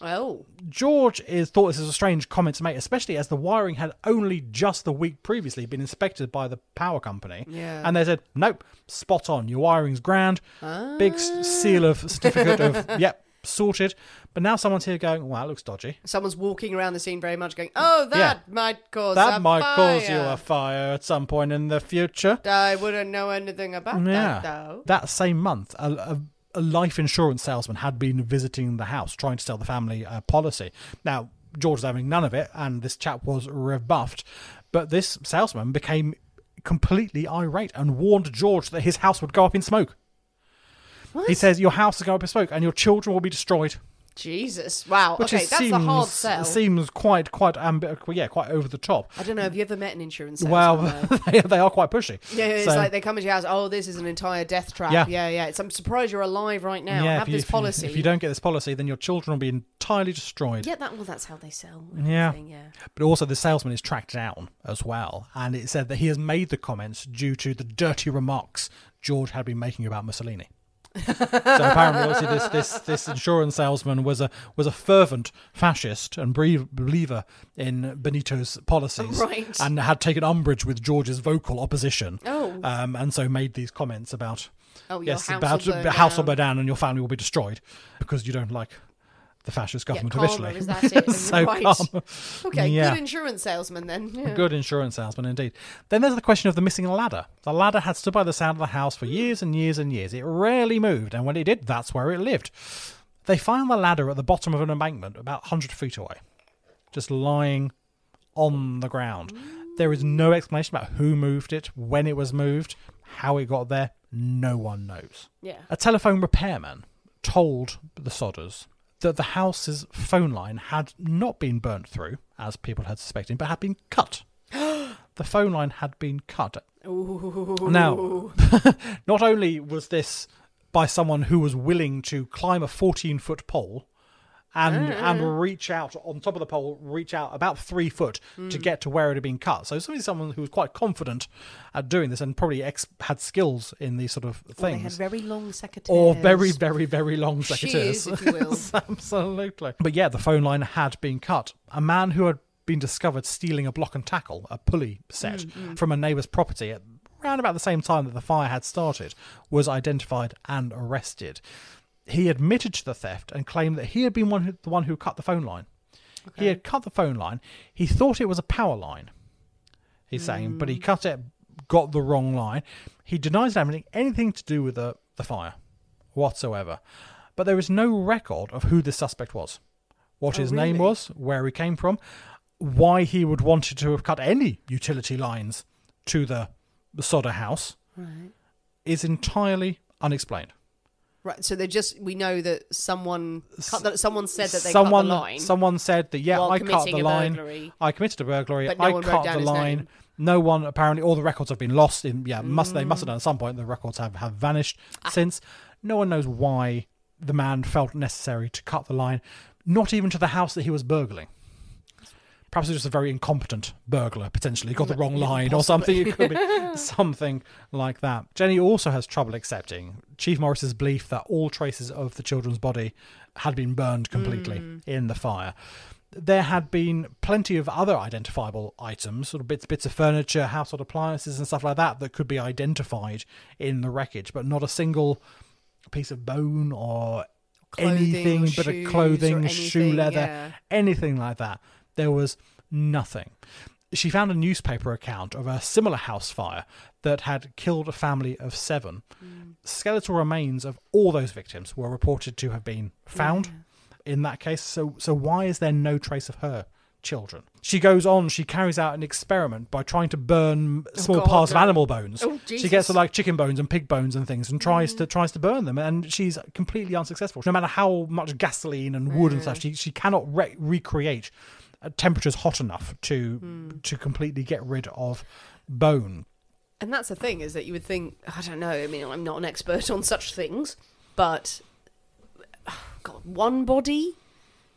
Speaker 1: oh,
Speaker 2: George is thought this is a strange comment to make, especially as the wiring had only just the week previously been inspected by the power company.
Speaker 1: Yeah.
Speaker 2: And they said, nope, spot on. Your wiring's grand. Big
Speaker 1: Ah.
Speaker 2: s- seal of certificate of, yep, sorted. But now someone's here going, well, that looks dodgy.
Speaker 1: someone's walking around the scene very much going, "Oh, that
Speaker 2: Yeah.
Speaker 1: might cause
Speaker 2: That
Speaker 1: a
Speaker 2: might cause you
Speaker 1: fire.
Speaker 2: a fire at some point in the future.
Speaker 1: I wouldn't know anything about that though.
Speaker 2: That same month, a, a, a life insurance salesman had been visiting the house trying to sell the family uh, policy. Now, George was having none of it, and this chap was rebuffed. But this salesman became completely irate and warned George that his house would go up in smoke. He says, Your house is going up in smoke, and your children will be destroyed.
Speaker 1: Jesus, wow.
Speaker 2: Which
Speaker 1: Oh, okay,
Speaker 2: is,
Speaker 1: that's
Speaker 2: seems,
Speaker 1: a hard sell.
Speaker 2: seems quite, quite, ambi- yeah, quite over the top.
Speaker 1: I don't know. Have you ever met an insurance? Salesman,
Speaker 2: Well,
Speaker 1: though?
Speaker 2: they, they are quite pushy.
Speaker 1: Yeah, it's
Speaker 2: So-
Speaker 1: like they come into your house. Oh, this is an entire death trap.
Speaker 2: Yeah.
Speaker 1: Yeah, yeah. It's, I'm surprised you're alive right now.
Speaker 2: Yeah,
Speaker 1: Have
Speaker 2: if you-
Speaker 1: this
Speaker 2: if you-
Speaker 1: policy.
Speaker 2: If you don't get this policy, then your children will be entirely destroyed.
Speaker 1: yeah, that well, that's how they sell.
Speaker 2: Yeah.
Speaker 1: everything, yeah.
Speaker 2: But also, the salesman is tracked down as well, and it said that he has made the comments due to the dirty remarks George had been making about Mussolini. so apparently, obviously, this, this this insurance salesman was a was a fervent fascist and bre- believer in Benito's policies,
Speaker 1: Right.
Speaker 2: and had taken umbrage with George's vocal opposition.
Speaker 1: Oh.
Speaker 2: um, and so made these comments about
Speaker 1: Oh, your um,
Speaker 2: yes,
Speaker 1: house
Speaker 2: about
Speaker 1: will burn
Speaker 2: house will
Speaker 1: down.
Speaker 2: burn down and your family will be destroyed because you don't like the fascist government of
Speaker 1: karma,
Speaker 2: Italy.
Speaker 1: is that it?
Speaker 2: so
Speaker 1: Right.
Speaker 2: karma.
Speaker 1: Okay,
Speaker 2: Yeah.
Speaker 1: good insurance salesman then. Yeah.
Speaker 2: Good insurance salesman indeed. Then there's the question of the missing ladder. The ladder had stood by the side of the house for years and years and years. It rarely moved, and when it did, that's where it lived. They found the ladder at the bottom of an embankment about 100 feet away, just lying on the ground. There is no explanation about who moved it, when it was moved, how it got there. No one knows.
Speaker 1: Yeah.
Speaker 2: A telephone repairman told the Sodders that the house's phone line had not been burnt through, as people had suspected, but had been cut. the phone line had been cut. Now, not only was this by someone who was willing to climb a 14 foot pole
Speaker 1: Uh-huh.
Speaker 2: and and reach out on top of the pole, reach out about three foot
Speaker 1: Hmm.
Speaker 2: to get to where it had been cut. So somebody, someone who was quite confident at doing this and probably ex- had skills in these sort of
Speaker 1: Or they had
Speaker 2: things,
Speaker 1: very long secretaries.
Speaker 2: or very very very long secateurs.
Speaker 1: Shears, if you will.
Speaker 2: Absolutely. But yeah, the phone line had been cut. A man who had been discovered stealing a block and tackle, a pulley set,
Speaker 1: Mm,
Speaker 2: from a neighbour's property at around about the same time that the fire had started, was identified and arrested. He admitted to the theft and claimed that he had been one who, the one who cut the phone line. He had cut the phone line. He thought it was a power line. He's saying, but he
Speaker 1: Mm.
Speaker 2: cut it, got the wrong line. He denies having anything to do with the, the fire whatsoever. But there is no record of who the suspect was, what his name was, where he came from, why he would wanted to have cut any utility lines to the, the Sodder house. Is entirely unexplained.
Speaker 1: Right. So they just we know that someone cut the, someone said that they
Speaker 2: someone,
Speaker 1: cut the line.
Speaker 2: someone said that yeah,
Speaker 1: while
Speaker 2: I cut
Speaker 1: committing
Speaker 2: the
Speaker 1: a
Speaker 2: line.
Speaker 1: burglary.
Speaker 2: I committed a burglary.
Speaker 1: But no
Speaker 2: I
Speaker 1: one wrote
Speaker 2: cut
Speaker 1: down
Speaker 2: the
Speaker 1: his
Speaker 2: line.
Speaker 1: name.
Speaker 2: No one apparently. All the records have been lost. In yeah, must they must
Speaker 1: Mm.
Speaker 2: have done at some point. The records have have vanished
Speaker 1: Ah.
Speaker 2: since. No one knows why the man felt necessary to cut the line. Not even to the house that he was burgling. Perhaps it was just a very incompetent burglar, potentially got the wrong line or something. It could be something like that. Jenny also has trouble accepting Chief Morris's belief that all traces of the children's body had been burned completely in the fire. There had been plenty of other identifiable items, sort of bits, bits of furniture, household appliances, and stuff like that, that could be identified in the wreckage, but not a single piece of bone or
Speaker 1: Clothing or
Speaker 2: anything but
Speaker 1: shoes
Speaker 2: a
Speaker 1: or
Speaker 2: clothing, shoe
Speaker 1: anything,
Speaker 2: leather,
Speaker 1: yeah.
Speaker 2: anything like that. There was nothing. She found a newspaper account of a similar house fire that had killed a family of seven. Skeletal remains of all those victims were reported to have been found in that case. So, so why is there no trace of her? Children. She goes on, she carries out an experiment by trying to burn small
Speaker 1: Oh God,
Speaker 2: parts
Speaker 1: no.
Speaker 2: of animal bones.
Speaker 1: Oh,
Speaker 2: She
Speaker 1: Jesus. Mm.
Speaker 2: gets a, like chicken bones and pig bones and things and tries to tries to burn them and she's completely unsuccessful no matter how much gasoline and wood
Speaker 1: Mm.
Speaker 2: and stuff she, she cannot re- recreate uh, temperatures hot enough to
Speaker 1: Mm.
Speaker 2: to completely get rid of bone
Speaker 1: And that's the thing is that you would think I don't know. I mean, I'm not an expert on such things, but God, one body,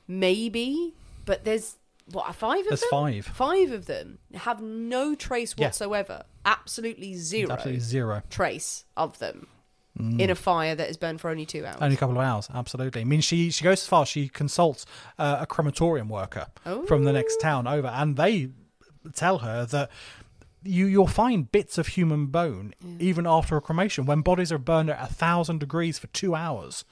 Speaker 1: maybe. But there's what five of
Speaker 2: There's
Speaker 1: them.
Speaker 2: five.
Speaker 1: Five of them have no trace
Speaker 2: Yeah.
Speaker 1: whatsoever. Absolutely zero.
Speaker 2: absolutely Mm. zero
Speaker 1: trace of them in a fire that is burned for only two hours.
Speaker 2: Only a couple of hours, absolutely. I mean, she she goes as far. She consults uh, a crematorium worker from the
Speaker 1: Oh.
Speaker 2: next town over, and they tell her that you you'll find bits of human bone even after a cremation when bodies are burned at a thousand degrees for two hours.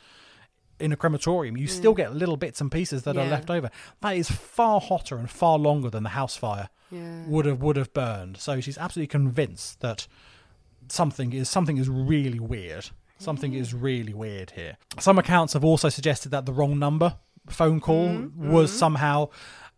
Speaker 2: In a crematorium, you still get little bits and pieces that are
Speaker 1: Mm. Yeah.
Speaker 2: left over. That is far hotter and far longer than the house fire
Speaker 1: Yeah.
Speaker 2: would have would have burned. So she's absolutely convinced that something is something is really weird.
Speaker 1: Mm-hmm.
Speaker 2: Something is really weird here. Some accounts have also suggested that the wrong number phone call
Speaker 1: Mm-hmm.
Speaker 2: was somehow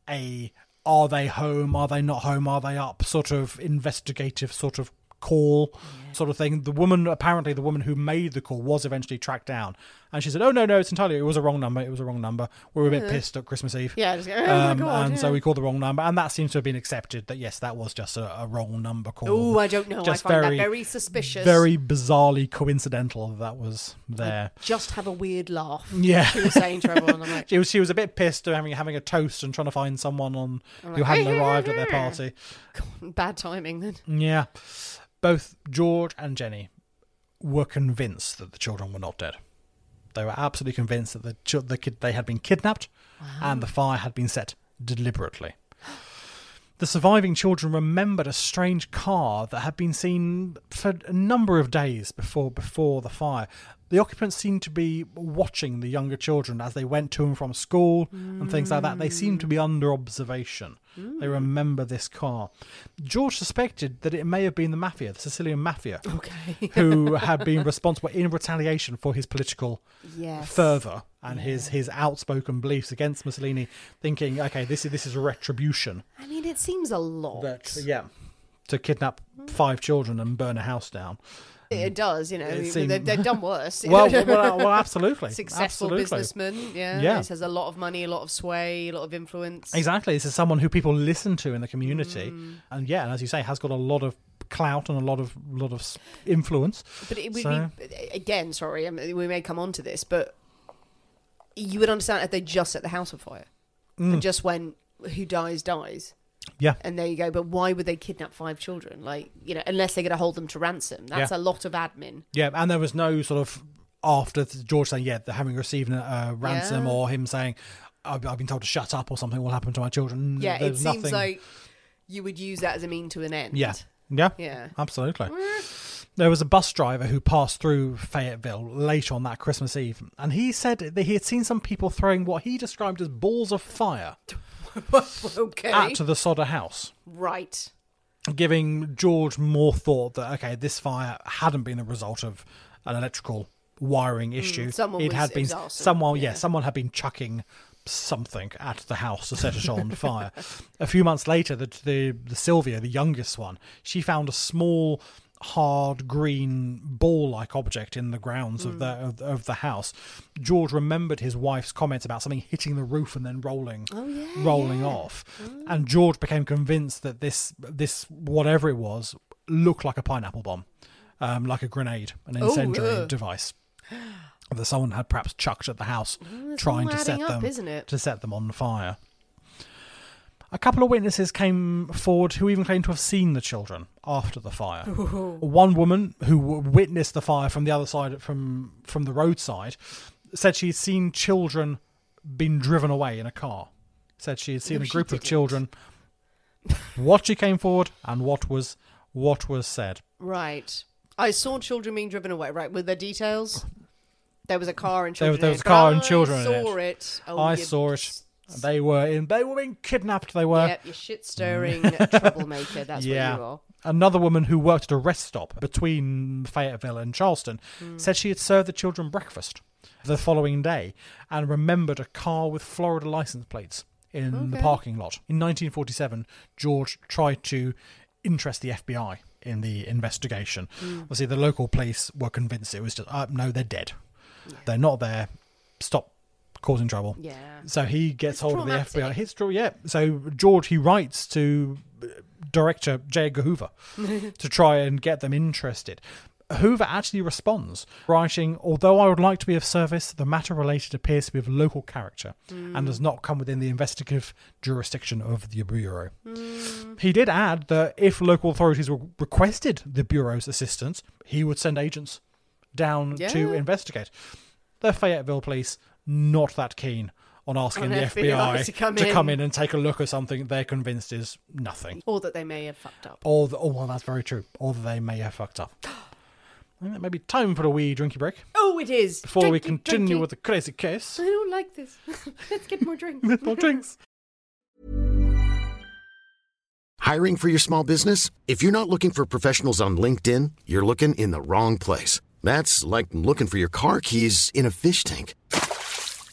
Speaker 2: a are they home, are they not home, are they up sort of investigative sort of call sort of thing. The woman apparently the woman who made the call was eventually tracked down and she said, Oh no no it's entirely it was a wrong number, it was a wrong number. We were a bit pissed at Christmas Eve. Um,
Speaker 1: Yeah, just go, "Oh my God,
Speaker 2: and
Speaker 1: yeah."
Speaker 2: so we called the wrong number and that seems to have been accepted that yes that was just a, a wrong number call.
Speaker 1: Oh, I don't know.
Speaker 2: Just
Speaker 1: I find that very suspicious.
Speaker 2: very bizarrely coincidental that that was there.
Speaker 1: Just have a weird laugh.
Speaker 2: Yeah.
Speaker 1: She was saying to everyone, I'm like,
Speaker 2: She was she was a bit pissed at having having a toast and trying to find someone on who hadn't arrived at their party.
Speaker 1: "Mm, bad timing then.
Speaker 2: Yeah, both George and Jenny were convinced that the children were not dead. They were absolutely convinced that the chil- the kid they had been kidnapped and the fire had been set deliberately. The surviving children remembered a strange car that had been seen for a number of days before before the fire. The occupants seemed to be watching the younger children as they went to and from school and things like that. They seemed to be under observation. They remember this car. George suspected that it may have been the mafia, the Sicilian mafia, okay. who had been responsible in retaliation for his political
Speaker 1: Yes.
Speaker 2: fervor and his his outspoken beliefs against Mussolini, thinking, okay, this is this is retribution
Speaker 1: I mean, it seems a lot.
Speaker 2: that yeah to kidnap five children and burn a house down.
Speaker 1: It does, you know. I mean,
Speaker 2: seem-
Speaker 1: they've, they've done worse. you
Speaker 2: Well,
Speaker 1: know.
Speaker 2: well, uh, well, well, absolutely,
Speaker 1: Successful
Speaker 2: absolutely.
Speaker 1: businessman, yeah.
Speaker 2: Yeah.
Speaker 1: This has a lot of money, a lot of sway, a lot of influence.
Speaker 2: Exactly, this is someone who people listen to in the community,
Speaker 1: Mm.
Speaker 2: and yeah, and as you say, has got a lot of clout and a lot of lot of s- influence.
Speaker 1: But it would
Speaker 2: So-
Speaker 1: be again. Sorry, I mean, we may come on to this, but you would understand if they just set the house on fire
Speaker 2: Mm.
Speaker 1: and just went, "Who dies dies,"
Speaker 2: Yeah,
Speaker 1: and there you go. But why would they kidnap five children? Like you know, unless they're going to hold them to ransom. That's
Speaker 2: Yeah.
Speaker 1: a lot of admin.
Speaker 2: yeah, and there was no sort of after George saying yeah, they're having received a ransom
Speaker 1: Yeah.
Speaker 2: or him saying. I've I've been told to shut up, or something will happen to my children.
Speaker 1: Yeah,
Speaker 2: There's
Speaker 1: it seems
Speaker 2: nothing...
Speaker 1: like you would use that as a mean to an end.
Speaker 2: Yeah. Yeah.
Speaker 1: Yeah.
Speaker 2: Absolutely. There was a bus driver who passed through Fayetteville late on that Christmas Eve, and he said that he had seen some people throwing what he described as balls of fire
Speaker 1: Okay.
Speaker 2: at the Sodder house,
Speaker 1: right.
Speaker 2: giving George more thought that, okay, this fire hadn't been the result of an electrical wiring issue.
Speaker 1: Hmm, someone
Speaker 2: it
Speaker 1: was
Speaker 2: had been
Speaker 1: exhausted,
Speaker 2: someone, Oh, yeah, someone had been chucking something at the house to set it on fire. A few months later, the, the the Sylvia, the youngest one, she found a small hard green ball-like object in the grounds of the of, of the house. George remembered his wife's comments about something hitting the roof and then rolling, rolling off, and George became convinced that this this whatever it was looked like a pineapple bomb, um, like a grenade, an incendiary
Speaker 1: ugh.
Speaker 2: device that someone had perhaps chucked at the house, trying
Speaker 1: all
Speaker 2: to set
Speaker 1: adding up,
Speaker 2: them
Speaker 1: isn't it?
Speaker 2: to set them on fire. A couple of witnesses came forward who even claimed to have seen the children after the fire. One woman who w- witnessed the fire from the other side from from the roadside said she'd seen children being driven away in a car. Said she had seen a group of children. what she came forward and what was what was said.
Speaker 1: Right. I saw children being driven away. Right. Were there details? There was a car and
Speaker 2: There
Speaker 1: children.
Speaker 2: was- there
Speaker 1: in
Speaker 2: was a car
Speaker 1: I
Speaker 2: and children in
Speaker 1: Saw
Speaker 2: it.
Speaker 1: it. Oh,
Speaker 2: I
Speaker 1: you-
Speaker 2: saw it. They were in. They were being kidnapped. They were.
Speaker 1: Yep, you shit stirring troublemaker. That's what you are.
Speaker 2: Another woman who worked at a rest stop between Fayetteville and Charleston
Speaker 1: Hmm.
Speaker 2: said she had served the children breakfast the following day and remembered a car with Florida license plates in the parking lot. In 1947, George tried to interest the FBI in the investigation.
Speaker 1: Hmm.
Speaker 2: Obviously, the local police were convinced it was just, uh, no, they're dead. They're not there. Stop causing trouble.
Speaker 1: Yeah.
Speaker 2: So he gets hold of the
Speaker 1: traumatic.
Speaker 2: FBI. His story, yeah. So George, he writes to uh, director J. Edgar Hoover to try and get them interested. Hoover actually responds, writing, Although I would like to be of service, the matter related appears to be of local character
Speaker 1: Mm.
Speaker 2: and does not come within the investigative jurisdiction of the Bureau.
Speaker 1: Mm.
Speaker 2: He did add that if local authorities were requested the Bureau's assistance, he would send agents down to
Speaker 1: Yeah.
Speaker 2: investigate. The Fayetteville police, not that keen on asking
Speaker 1: On
Speaker 2: the
Speaker 1: FBI
Speaker 2: FBI, to, come, in. and take a look at something they're convinced is nothing.
Speaker 1: Or that they may have fucked up.
Speaker 2: Or, the, oh, well, that's very true. Or they may have fucked up. I think that may be time for a wee drinky break
Speaker 1: Oh, it is.
Speaker 2: before we
Speaker 1: Drinking,
Speaker 2: continue
Speaker 1: drinking.
Speaker 2: with the crazy case.
Speaker 1: I don't like this. Let's get more drinks.
Speaker 2: More drinks.
Speaker 4: Hiring for your small business? If you're not looking for professionals on LinkedIn, you're looking in the wrong place. That's like looking for your car keys in a fish tank.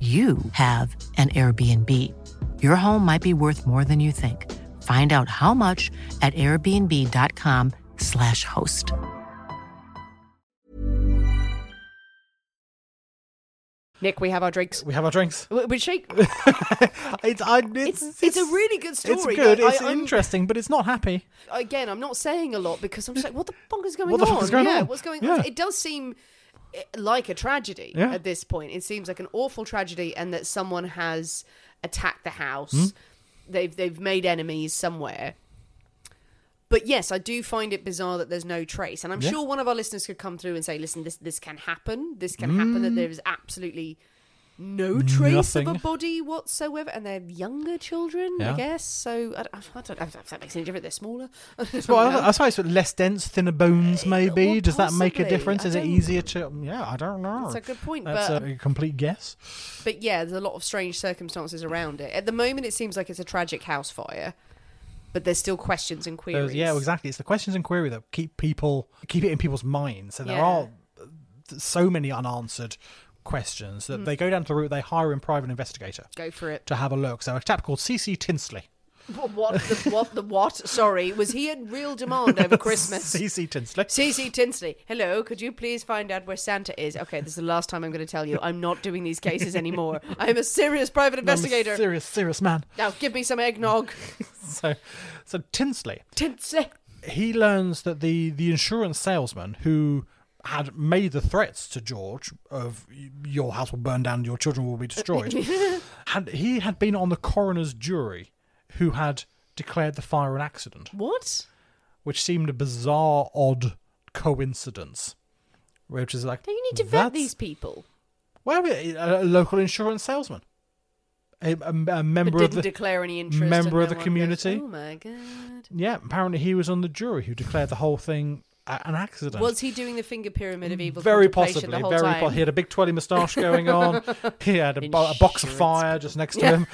Speaker 5: you have an Airbnb. Your home might be worth more than you think. Find out how much at airbnb.com/slash host.
Speaker 1: Nick, we have our drinks.
Speaker 2: We have our drinks.
Speaker 1: We we shake.
Speaker 2: It's, I, it's,
Speaker 1: It's, it's, a really good story.
Speaker 2: It's good.
Speaker 1: Like,
Speaker 2: it's
Speaker 1: I, I'm-
Speaker 2: interesting, but it's not happy.
Speaker 1: again, I'm not saying a lot because I'm just like, what the fuck is going
Speaker 2: What the
Speaker 1: on?
Speaker 2: fuck is going
Speaker 1: yeah,
Speaker 2: on?
Speaker 1: what's going
Speaker 2: Yeah.
Speaker 1: on? It does seem eh, like a tragedy
Speaker 2: Yeah.
Speaker 1: at this point. It seems like an awful tragedy, and that someone has attacked the house.
Speaker 2: Hmm?
Speaker 1: They've they've made enemies somewhere. But yes, I do find it bizarre that there's no trace, and I'm sure one of our listeners could come through and say, "Listen, this this can happen. This can happen.
Speaker 2: Hmm.
Speaker 1: That there is absolutely." No trace of
Speaker 2: Nothing.
Speaker 1: a body whatsoever, and they're younger children,
Speaker 2: Yeah.
Speaker 1: I guess. So I don't, I don't know if that makes any difference. They're smaller.
Speaker 2: Well, I, I suppose with less dense, thinner bones, maybe.
Speaker 1: Eh, well,
Speaker 2: Does that make a
Speaker 1: possibly.
Speaker 2: difference?
Speaker 1: I
Speaker 2: Is it
Speaker 1: don't-
Speaker 2: easier to? Yeah, I don't know.
Speaker 1: That's a good point,
Speaker 2: That's
Speaker 1: but-
Speaker 2: a complete guess.
Speaker 1: But yeah, there's a lot of strange circumstances around it. At the moment, it seems like it's a tragic house fire, but there's still questions and queries.
Speaker 2: Those- yeah, exactly. It's the questions and query that keep people keep it in people's minds. So there
Speaker 1: Yeah.
Speaker 2: are so many unanswered questions
Speaker 1: Hmm.
Speaker 2: that they go down to the route they hire in private investigator
Speaker 1: Go for it.
Speaker 2: to have a look. So a chap called CC Tinsley.
Speaker 1: What, what the what the what? Sorry, was he in real demand over Christmas?
Speaker 2: CC Tinsley.
Speaker 1: CC Tinsley, hello. Could you please find out where Santa is? Okay, this is the last time I'm going to tell you. I'm not doing these cases anymore. I'm a serious private
Speaker 2: I'm a
Speaker 1: investigator.
Speaker 2: serious, serious man.
Speaker 1: now give me some eggnog.
Speaker 2: So, so Tinsley,
Speaker 1: Tinsley.
Speaker 2: he learns that the the insurance salesman who had made the threats to George of your house will burn down, your children will be destroyed, had he had been on the coroner's jury who had declared the fire an accident,
Speaker 1: What?
Speaker 2: which seemed a bizarre, odd coincidence. Which is like
Speaker 1: Don't you need to vet
Speaker 2: that's-
Speaker 1: these people?
Speaker 2: Well, a, a local insurance salesman, a, a, a member
Speaker 1: but
Speaker 2: of
Speaker 1: didn't
Speaker 2: the
Speaker 1: declare any interest. and
Speaker 2: member
Speaker 1: no
Speaker 2: of the
Speaker 1: one goes,
Speaker 2: community.
Speaker 1: oh my god.
Speaker 2: yeah. Apparently, he was on the jury who declared the whole thing a, an accident.
Speaker 1: Was he doing the finger pyramid of evil?
Speaker 2: Mm, very
Speaker 1: contemplation
Speaker 2: possibly,
Speaker 1: The whole
Speaker 2: very
Speaker 1: time?
Speaker 2: possibly. He had a big twirly moustache going on. he had a, bo- a box of
Speaker 1: Insurance
Speaker 2: fire just next to him.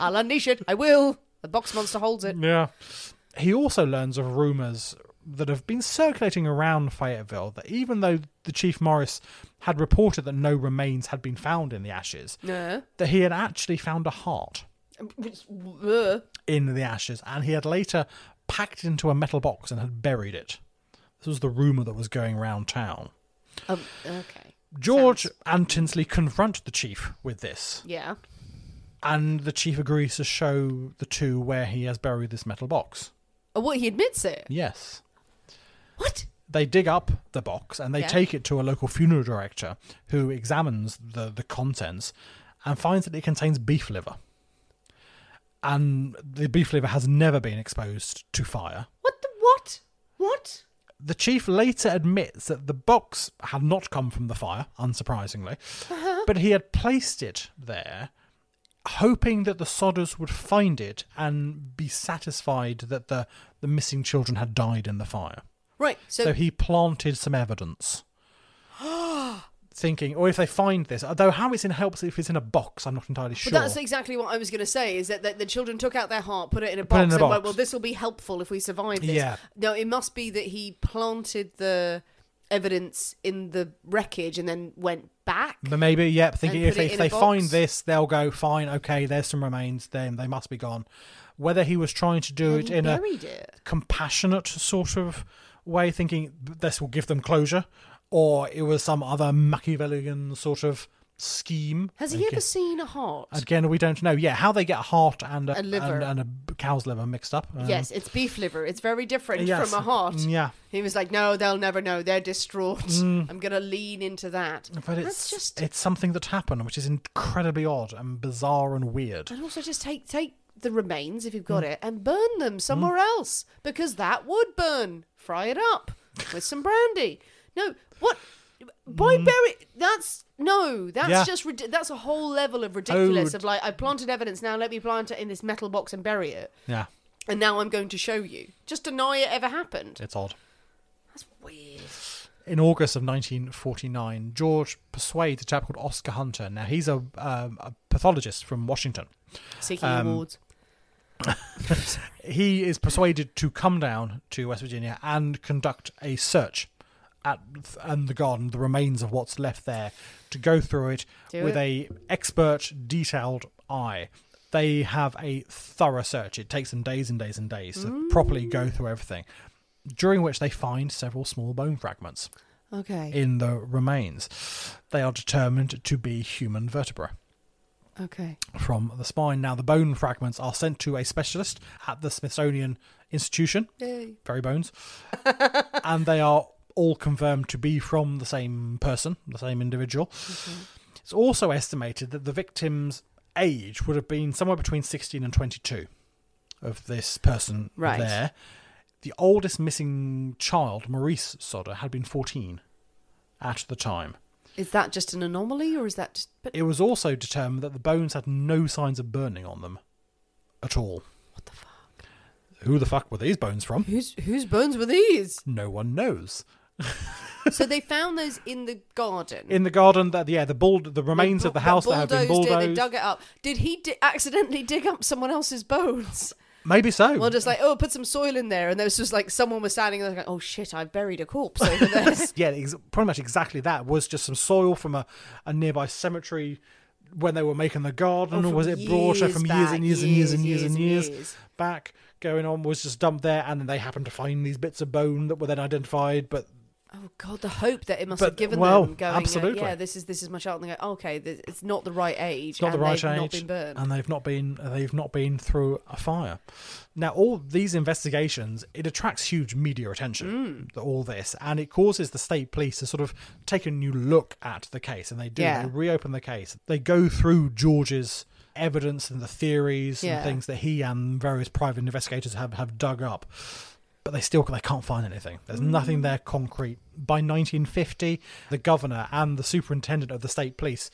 Speaker 1: I'll unleash it. I will. The box monster holds it.
Speaker 2: yeah. He also learns of rumors that have been circulating around Fayetteville that even though the Chief Morris had reported that no remains had been found in the ashes,
Speaker 1: No. Um,
Speaker 2: that he had actually found a heart.
Speaker 1: Uh,
Speaker 2: in the ashes, and he had later packed it into a metal box and had buried it. This was the rumor that was going round town.
Speaker 1: um, okay.
Speaker 2: George and Tinsley confront the chief with this,
Speaker 1: Yeah.
Speaker 2: and the chief agrees to show the two where he has buried this metal box.
Speaker 1: Oh, what he admits it.
Speaker 2: Yes.
Speaker 1: What?
Speaker 2: They dig up the box and they
Speaker 1: Yeah.
Speaker 2: take it to a local funeral director who examines the, the contents and finds that it contains beef liver. And the beef liver has never been exposed to fire.
Speaker 1: What the what? What?
Speaker 2: The chief later admits that the box had not come from the fire, unsurprisingly, but he had placed it there, hoping that the sodders would find it and be satisfied that the, the missing children had died in the fire.
Speaker 1: Right.
Speaker 2: So,
Speaker 1: So,
Speaker 2: he planted some evidence. thinking, or if they find this, although how it's in helps if it's in a box, I'm not entirely sure.
Speaker 1: but that's exactly what I was going to say. Is that the, the children took out their heart, put it in a
Speaker 2: Put it
Speaker 1: box,
Speaker 2: in a
Speaker 1: and went,
Speaker 2: box.
Speaker 1: "Well, this will be helpful if we survive this."
Speaker 2: Yeah.
Speaker 1: No, it must be that he planted the evidence in the wreckage and then went back.
Speaker 2: But maybe, yeah, thinking
Speaker 1: And
Speaker 2: if
Speaker 1: put
Speaker 2: they,
Speaker 1: it
Speaker 2: if
Speaker 1: in a
Speaker 2: they find
Speaker 1: box.
Speaker 2: this, they'll go fine. Okay, there's some remains. Then they must be gone. Whether he was trying to do
Speaker 1: and
Speaker 2: it
Speaker 1: he
Speaker 2: in a
Speaker 1: buried it.
Speaker 2: compassionate sort of way, thinking this will give them closure, or it was some other Machiavellian sort of scheme.
Speaker 1: Has he
Speaker 2: Again-
Speaker 1: ever seen a heart?
Speaker 2: Again, we don't know. Yeah, how they get a heart and a,
Speaker 1: A liver.
Speaker 2: and, and a cow's liver mixed up. um, uh,
Speaker 1: yes, it's beef liver. It's very different
Speaker 2: yes, Mm,
Speaker 1: from a heart.
Speaker 2: Yeah, Mm.
Speaker 1: He was like, "No, they'll never know. They're distraught. I'm going to lean into that."
Speaker 2: but it's
Speaker 1: That's just
Speaker 2: it's something that happened, which is incredibly odd and bizarre and weird.
Speaker 1: And also just take take the remains if you've
Speaker 2: Mm.
Speaker 1: got it and burn them somewhere else because that would burn. Fry it up with some brandy. No, what? Why bury? That's no. That's
Speaker 2: Mm. Yeah. Oh.
Speaker 1: just rid- that's a whole level of ridiculous.
Speaker 2: d-
Speaker 1: of like, I planted evidence. Now let me plant it in this metal box and bury it.
Speaker 2: Yeah,
Speaker 1: And now I'm going to show you. Just deny it ever happened.
Speaker 2: it's odd.
Speaker 1: That's weird.
Speaker 2: in August of 1949, George persuades a chap called Oscar Hunter. Now, he's a, um, a pathologist from Washington.
Speaker 1: Seeking
Speaker 2: Um,
Speaker 1: awards.
Speaker 2: He is persuaded to come down to West Virginia and conduct a search at and the garden, the remains of what's left there, to go through it with a expert, detailed eye. They have a thorough search. It takes them days and days and days to
Speaker 1: Mm.
Speaker 2: properly go through everything, during which they find several small bone fragments.
Speaker 1: Okay.
Speaker 2: in the remains. They are determined to be human vertebra
Speaker 1: okay.
Speaker 2: from the spine. Now, the bone fragments are sent to a specialist at the Smithsonian Institution,
Speaker 1: Yay.
Speaker 2: very bones, and they are all confirmed to be from the same person, the same individual.
Speaker 1: Mm-hmm.
Speaker 2: It's also estimated that the victim's age would have been somewhere between 16 and 22 of this person
Speaker 1: Right.
Speaker 2: there. The oldest missing child, Maurice Sodder, had been 14 at the time.
Speaker 1: Is that just an anomaly or is that just? But
Speaker 2: It was also determined that the bones had no signs of burning on them at all. What the fuck? Who the fuck were these bones from?
Speaker 1: whose whose bones were these?
Speaker 2: No one knows.
Speaker 1: So they found those in the garden.
Speaker 2: In the garden, that yeah, the bull, the remains
Speaker 1: They
Speaker 2: of the
Speaker 1: Hmm. bu-
Speaker 2: house that have been
Speaker 1: bulldozed it,
Speaker 2: bulldozed.
Speaker 1: They dug it up. Did he di- accidentally dig up someone else's bones?
Speaker 2: Maybe so.
Speaker 1: Well, just like, oh, put some soil in there. And there was just like someone was standing there, like, oh shit, I've buried a corpse over there.
Speaker 2: yeah, ex- pretty much exactly that was just some soil from a, a nearby cemetery when they were making the garden,
Speaker 1: Oh,
Speaker 2: or was
Speaker 1: from
Speaker 2: it brought uh,
Speaker 1: years
Speaker 2: from years
Speaker 1: back,
Speaker 2: and years and years and years and years,
Speaker 1: years.
Speaker 2: back going on was just dumped there, and then they happened to find these bits of bone that were then identified. But
Speaker 1: oh god, the hope that it must
Speaker 2: But-
Speaker 1: have given
Speaker 2: well,
Speaker 1: them. Going, uh,
Speaker 2: absolutely.
Speaker 1: yeah, this is this is my child. And they go, okay, this, it's not the right age.
Speaker 2: it's not
Speaker 1: and
Speaker 2: the right
Speaker 1: they've
Speaker 2: age,
Speaker 1: Not been burned.
Speaker 2: and they've not been they've not been through a fire. Now, all these investigations it attracts huge media attention.
Speaker 1: Mm.
Speaker 2: th- All this, and it causes the state police to sort of take a new look at the case, and they do
Speaker 1: Yeah.
Speaker 2: they reopen the case. They go through George's evidence and the theories
Speaker 1: Yeah.
Speaker 2: and things that he and various private investigators have have dug up. But they still they can't find anything. There's nothing there concrete. By 1950, the governor and the superintendent of the state police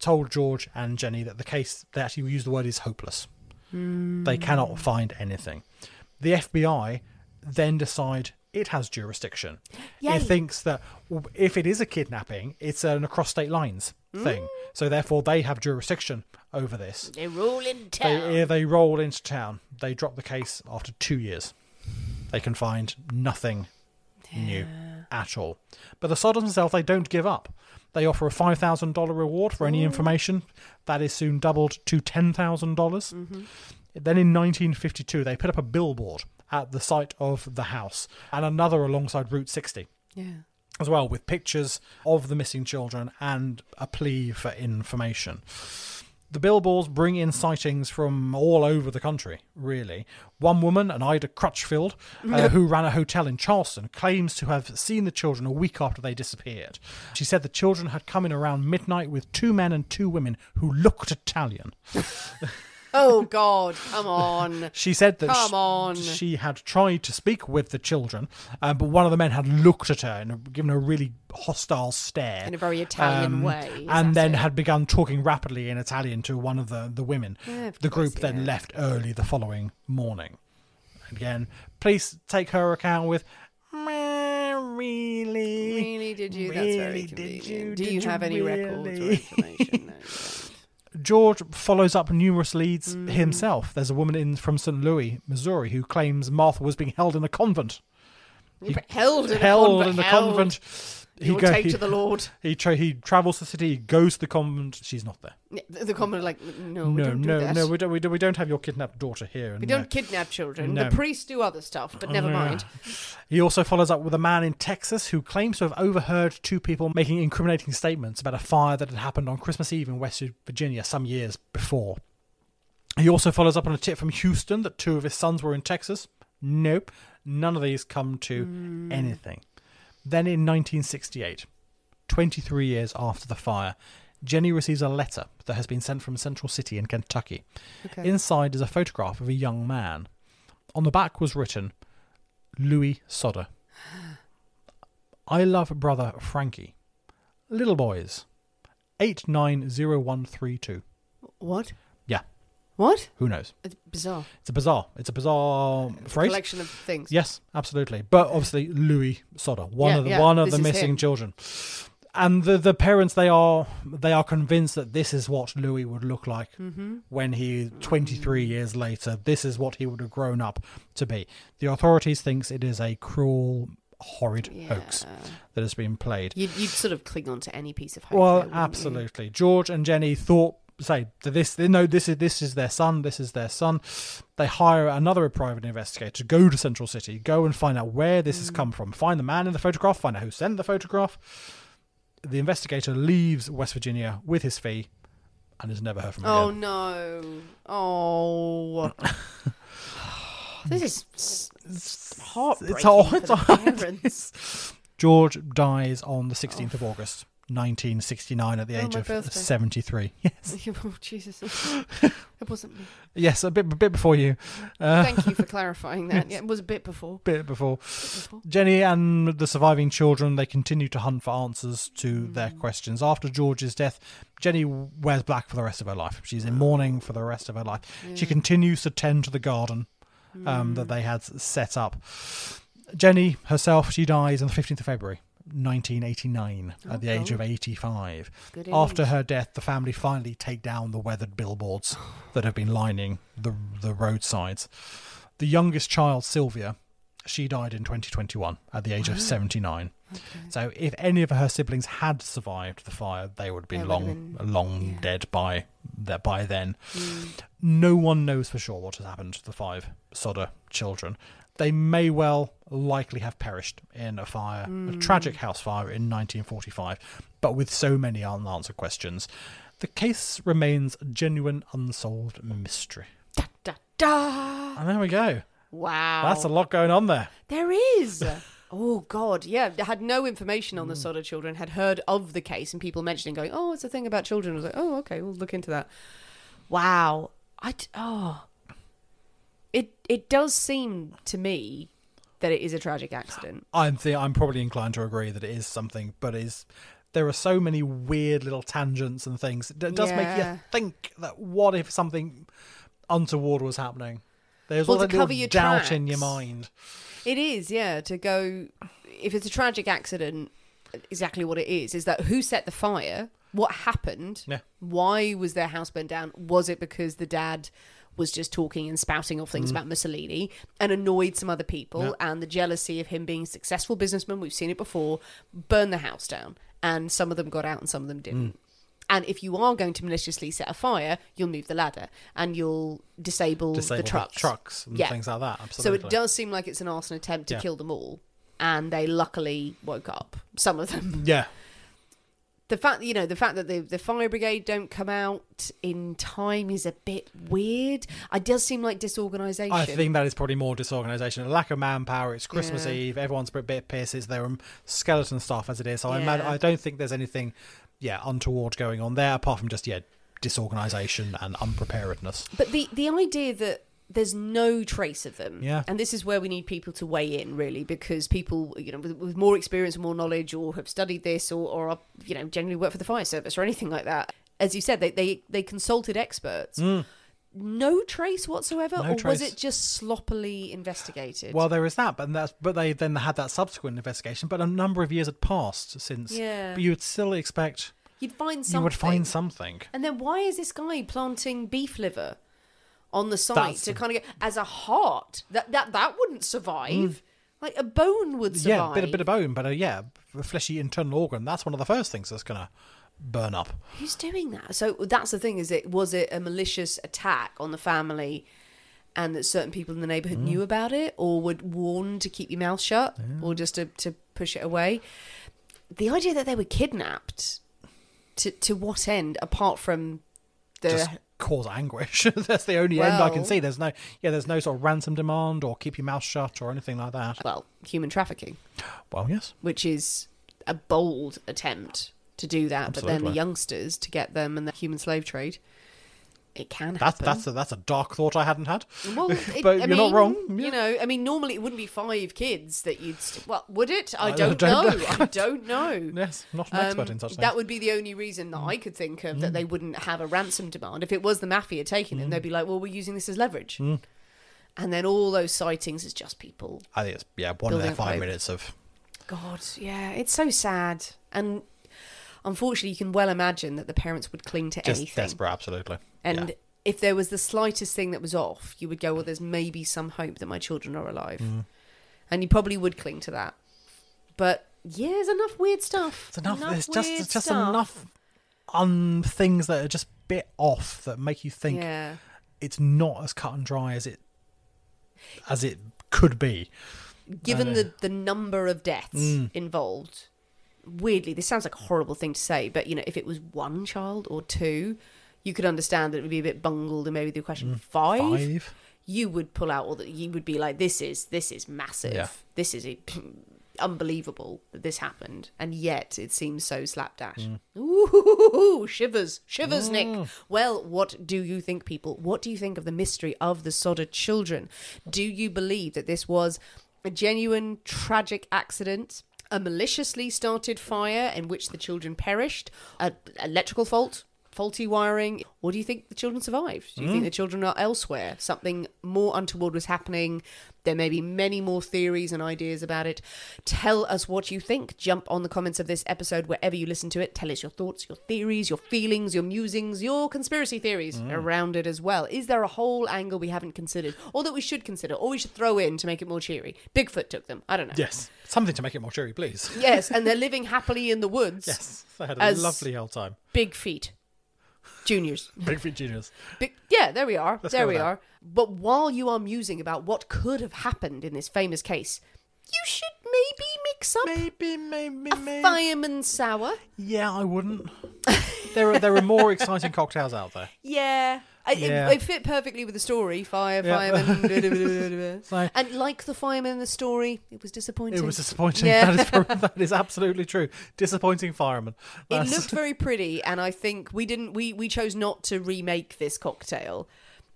Speaker 2: told George and Jenny that the case they actually used the word is hopeless. They cannot find anything. The FBI then decide it has jurisdiction. It thinks that well, if it is a kidnapping, it's an across state lines thing. So therefore, they have jurisdiction over this.
Speaker 3: They roll in town.
Speaker 2: They, they roll into town. They drop the case after two years. They can find nothing new at all. But the Sodoms themselves, they don't give up. They offer a $5,000 reward for any information. That is soon doubled to $10,000. dollars Then in 1952, they put up a billboard at the site of the house and another alongside Route 60
Speaker 1: yeah.
Speaker 2: as well with pictures of the missing children and a plea for information. The billboards bring in sightings from all over the country, really. One woman, an Ida Crutchfield, uh, who ran a hotel in Charleston, claims to have seen the children a week after they disappeared. She said the children had come in around midnight with two men and two women who looked Italian.
Speaker 1: Oh god, come on.
Speaker 2: She said that
Speaker 1: Come
Speaker 2: sh-
Speaker 1: on.
Speaker 2: she had tried to speak with the children, uh, but one of the men had looked at her and given her a really hostile stare. Um,
Speaker 1: In a very Italian way, is
Speaker 2: And
Speaker 1: that
Speaker 2: then
Speaker 1: it?
Speaker 2: had begun talking rapidly in Italian to one of the, the women. the group then left early the following morning. Again, police take her account with. "Meh, Really?
Speaker 1: Really, did you? That's very
Speaker 2: Really,
Speaker 1: convenient.
Speaker 2: did you-
Speaker 1: Do
Speaker 2: did
Speaker 1: you
Speaker 2: you
Speaker 1: have any records or
Speaker 2: really?
Speaker 1: information? No, you don't.
Speaker 2: George follows up numerous leads
Speaker 1: Mm.
Speaker 2: himself. There's a woman in from St. Louis, Missouri, who claims Martha was being held in a convent. He-
Speaker 1: held in a
Speaker 2: held
Speaker 1: convent,
Speaker 2: in a
Speaker 1: held.
Speaker 2: convent.
Speaker 1: You will take to the Lord.
Speaker 2: He tra- he travels the city. He goes to the convent. She's not there.
Speaker 1: Yeah, The the common like, no, we
Speaker 2: no,
Speaker 1: don't do
Speaker 2: no,
Speaker 1: that.
Speaker 2: no. We don't. We don't, we don't have your kidnapped daughter here. uh, and
Speaker 1: We
Speaker 2: no.
Speaker 1: don't kidnap children.
Speaker 2: No. Oh,
Speaker 1: The priests do other stuff, but never mind.
Speaker 2: He also follows up with a man in Texas who claims to have overheard two people making incriminating statements about a fire that had happened on Christmas Eve in West Virginia some years before. He also follows up on a tip from Houston that two of his sons were in Texas. Nope, none of these come to anything. Then in 1968, 23 years after the fire, Jenny receives a letter that has been sent from Central City in Kentucky. Inside is a photograph of a young man. On the back was written, Louis Sodder. I love brother Frankie. Little boys. 890132.
Speaker 1: What?
Speaker 2: Yeah,
Speaker 1: What?
Speaker 2: who knows?
Speaker 1: It's bizarre.
Speaker 2: It's a bizarre, it's a bizarre phrase.
Speaker 1: Collection of things.
Speaker 2: Yes, absolutely. But obviously Louis Sodder, one
Speaker 1: Yeah,
Speaker 2: of the,
Speaker 1: yeah,
Speaker 2: one of
Speaker 1: this
Speaker 2: the
Speaker 1: is
Speaker 2: missing
Speaker 1: him.
Speaker 2: children. And the, the parents they are they are convinced that this is what Louis would look like
Speaker 1: Mm-hmm.
Speaker 2: when he 23
Speaker 1: Mm.
Speaker 2: years later. This is what he would have grown up to be. The authorities thinks it is a cruel, horrid hoax that has been played.
Speaker 1: You'd, you'd sort of cling on to any piece of hope. there,
Speaker 2: Well,
Speaker 1: wouldn't you?
Speaker 2: absolutely. George and Jenny thought say that this they know this is this is their son, this is their son. They hire another private investigator to go to Central City, go and find out where this has
Speaker 1: Mm.
Speaker 2: come from, find the man in the photograph, find out who sent the photograph. The investigator leaves West Virginia with his fee and is never heard from
Speaker 1: Oh
Speaker 2: again.
Speaker 1: no. Oh. this is s- s- heartbreaking
Speaker 2: all-
Speaker 1: for
Speaker 2: it's
Speaker 1: the
Speaker 2: all-
Speaker 1: parents.
Speaker 2: George dies on the 16th of August, 1969 at the
Speaker 1: Oh,
Speaker 2: age
Speaker 1: my
Speaker 2: of
Speaker 1: birthday.
Speaker 2: 73. Yes.
Speaker 1: oh Jesus. It wasn't me.
Speaker 2: Yes, a bit a bit before you.
Speaker 1: Mm.
Speaker 2: Uh,
Speaker 1: Thank you for clarifying that. Yeah, it was a bit before.
Speaker 2: bit before. Jenny and the surviving children they continue to hunt for answers to their questions. After George's death, Jenny wears black for the rest of her life. She's in mourning for the rest of her life. She continues to tend to the garden um, that they had set up. Jenny herself, she dies on the 15th of February, 1989 at the age of 85.
Speaker 1: Good
Speaker 2: After her death, the family finally take down the weathered billboards that have been lining the, the roadsides. The youngest child, Sylvia, she died in 2021 at the age of 79. So, if any of her siblings had survived the fire, they would be long, long dead by that by then. No one knows for sure what has happened to the five Sodder children. They may well likely have perished in a fire, a tragic house fire in 1945, but with so many unanswered questions, the case remains a genuine unsolved mystery.
Speaker 1: Da da.
Speaker 2: And there we go.
Speaker 1: Wow.
Speaker 2: That's a lot going on there.
Speaker 1: There is. Oh God, yeah. I had no information
Speaker 2: Mm.
Speaker 1: on the Sodder children. Had heard of the case and people mentioning, going, "Oh, it's a thing about children." I was like, "Oh, okay, we'll look into that." Wow, I d- oh, it it does seem to me that it is a tragic accident.
Speaker 2: I'm th- I'm probably inclined to agree that it is something, but is there are so many weird little tangents and things. It does make
Speaker 1: Yeah.
Speaker 2: you think that what if something untoward was happening? There's
Speaker 1: Well,
Speaker 2: all
Speaker 1: to
Speaker 2: that little
Speaker 1: cover your
Speaker 2: doubt in your
Speaker 1: tracks.
Speaker 2: mind.
Speaker 1: It is, yeah. To go, if it's a tragic accident, exactly what it is is that who set the fire? What happened?
Speaker 2: Yeah.
Speaker 1: Why was their house burnt down? Was it because the dad was just talking and spouting off things
Speaker 2: Mm.
Speaker 1: about Mussolini and annoyed some other people? And the jealousy of him being a successful businessman, we've seen it before, burned the house down. And some of them got out and some of them
Speaker 2: Mm.
Speaker 1: didn't. And if you are going to maliciously set a fire, you'll move the ladder and you'll disable,
Speaker 2: Disable
Speaker 1: the trucks.
Speaker 2: trucks and things like that.
Speaker 1: So
Speaker 2: Absolutely.
Speaker 1: it does seem like it's an arson attempt to
Speaker 2: Yeah.
Speaker 1: kill them all, and they luckily woke up. Some of them.
Speaker 2: Yeah.
Speaker 1: The fact you know the fact that the the fire brigade don't come out in time is a bit weird. It does seem like disorganisation.
Speaker 2: I think that is probably more disorganisation, a lack of manpower. It's Christmas
Speaker 1: Yeah.
Speaker 2: Eve, everyone's a bit pissed. It's their um, skeleton staff as it is. So I imagine
Speaker 1: Yeah.
Speaker 2: I don't think there's anything, yeah, untoward going on there apart from just yeah, disorganisation and unpreparedness.
Speaker 1: But the the idea that there's no trace of them,
Speaker 2: Yeah.
Speaker 1: and this is where we need people to weigh in really, because people you know with, with more experience, more knowledge, or have studied this, or or are, you know generally work for the fire service or anything like that. As you said, they they, they consulted experts. No trace whatsoever,
Speaker 2: Hmm. No
Speaker 1: or was
Speaker 2: trace.
Speaker 1: it just sloppily investigated?
Speaker 2: Well, there is that, but that's but they then had that subsequent investigation. But a number of years had passed since.
Speaker 1: Yeah.
Speaker 2: But you would still expect
Speaker 1: you'd find something.
Speaker 2: you would find something.
Speaker 1: And then why is this guy planting beef liver on the site
Speaker 2: That's-
Speaker 1: to kind of get as a heart? That that that wouldn't survive. Like a bone would
Speaker 2: Mm. Yeah,
Speaker 1: survive.
Speaker 2: bit a bit of bone, but uh, yeah, a fleshy internal organ. That's one of the first things that's gonna burn up.
Speaker 1: Who's doing that? So that's the thing. Is it was it a malicious attack on the family, and that certain people in the neighbourhood
Speaker 2: Mm.
Speaker 1: knew about it, or were warned to keep your mouth shut, or just to, to push it away? The idea that they were kidnapped, to to what end? Apart from the
Speaker 2: Just cause anguish. that's the only end I can
Speaker 1: Well-
Speaker 2: see. There's no yeah, there's no sort of ransom demand or keep your mouth shut or anything like that.
Speaker 1: well human trafficking.
Speaker 2: Well, yes.
Speaker 1: which is a bold attempt to do that. But then
Speaker 2: Absolutely.
Speaker 1: the youngsters to get them and the human slave trade, it can
Speaker 2: That's
Speaker 1: happen.
Speaker 2: that's a, that's a dark thought I hadn't had.
Speaker 1: well, it,
Speaker 2: but
Speaker 1: I
Speaker 2: you're
Speaker 1: mean,
Speaker 2: not wrong. Yeah.
Speaker 1: You know, I mean, normally it wouldn't be five kids that you'd. St- well, would it? I
Speaker 2: I
Speaker 1: don't,
Speaker 2: don't
Speaker 1: know.
Speaker 2: know.
Speaker 1: I don't know.
Speaker 2: Yes, not an expert
Speaker 1: Um,
Speaker 2: in such things.
Speaker 1: that would be the only reason that I could think of
Speaker 2: Mm.
Speaker 1: that they wouldn't have a ransom demand. If it was the mafia taking them, they'd be like, "Well, we're using this as leverage."
Speaker 2: Mm.
Speaker 1: And then all those sightings is just people
Speaker 2: I think it's yeah, one of
Speaker 1: Building
Speaker 2: their
Speaker 1: up
Speaker 2: five
Speaker 1: hope.
Speaker 2: minutes of
Speaker 1: God, yeah, it's so sad. And unfortunately, you can well imagine that the parents would cling to
Speaker 2: just
Speaker 1: anything.
Speaker 2: desperate, absolutely.
Speaker 1: And
Speaker 2: Yeah.
Speaker 1: if there was the slightest thing that was off, you would go, well, there's maybe some hope that my children are alive.
Speaker 2: Mm.
Speaker 1: And you probably would cling to that. But yeah, there's enough weird stuff.
Speaker 2: It's enough. There's
Speaker 1: weird
Speaker 2: just just
Speaker 1: stuff.
Speaker 2: enough um things that are just bit off that make you think
Speaker 1: Yeah.
Speaker 2: it's not as cut and dry as it as it could be.
Speaker 1: Given the, the number of deaths involved, weirdly, this sounds like a horrible thing to say, but you know, if it was one child or two, you could understand that it would be a bit bungled and maybe the question
Speaker 2: Five.
Speaker 1: you would pull out all that you would be like this is this is massive
Speaker 2: Yeah.
Speaker 1: this is unbelievable that this happened and yet it seems so slapdash ooh shivers shivers nick well what do you think people what do you think of the mystery of the sodder children do you believe that this was a genuine tragic accident a maliciously started fire in which the children perished a electrical fault faulty wiring? Or do you think the children survived? Do you
Speaker 2: Mm.
Speaker 1: think the children are elsewhere? Something more untoward was happening. There may be many more theories and ideas about it. Tell us what you think. Jump on the comments of this episode wherever you listen to it. Tell us your thoughts, your theories, your feelings, your musings, your conspiracy theories
Speaker 2: Mm.
Speaker 1: around it as well. Is there a whole angle we haven't considered or that we should consider or we should throw in to make it more cheery? Bigfoot took them. I don't know.
Speaker 2: Yes. Something to make it more cheery, please.
Speaker 1: Yes, and they're living happily in the woods.
Speaker 2: Yes. I had a
Speaker 1: As-
Speaker 2: lovely old time.
Speaker 1: Big feet. Juniors.
Speaker 2: Big feet juniors.
Speaker 1: Big, yeah, there we are. there
Speaker 2: go
Speaker 1: we
Speaker 2: with that.
Speaker 1: are. But while you are musing about what could have happened in this famous case, you should maybe mix up
Speaker 2: Maybe, maybe,
Speaker 1: a fireman sour.
Speaker 2: Yeah, I wouldn't. there are there are more exciting cocktails out there.
Speaker 1: Yeah. I-
Speaker 2: Yeah.
Speaker 1: It, it fit perfectly with the story. Fire,
Speaker 2: Yeah.
Speaker 1: fireman. da- da- da- da- da- da.
Speaker 2: So-
Speaker 1: and like the fireman in the story, it was disappointing.
Speaker 2: It was disappointing.
Speaker 1: Yeah.
Speaker 2: That is prob- that is absolutely true. Disappointing fireman.
Speaker 1: It
Speaker 2: That's-
Speaker 1: looked very pretty, and I think we didn't. We we chose not to remake this cocktail.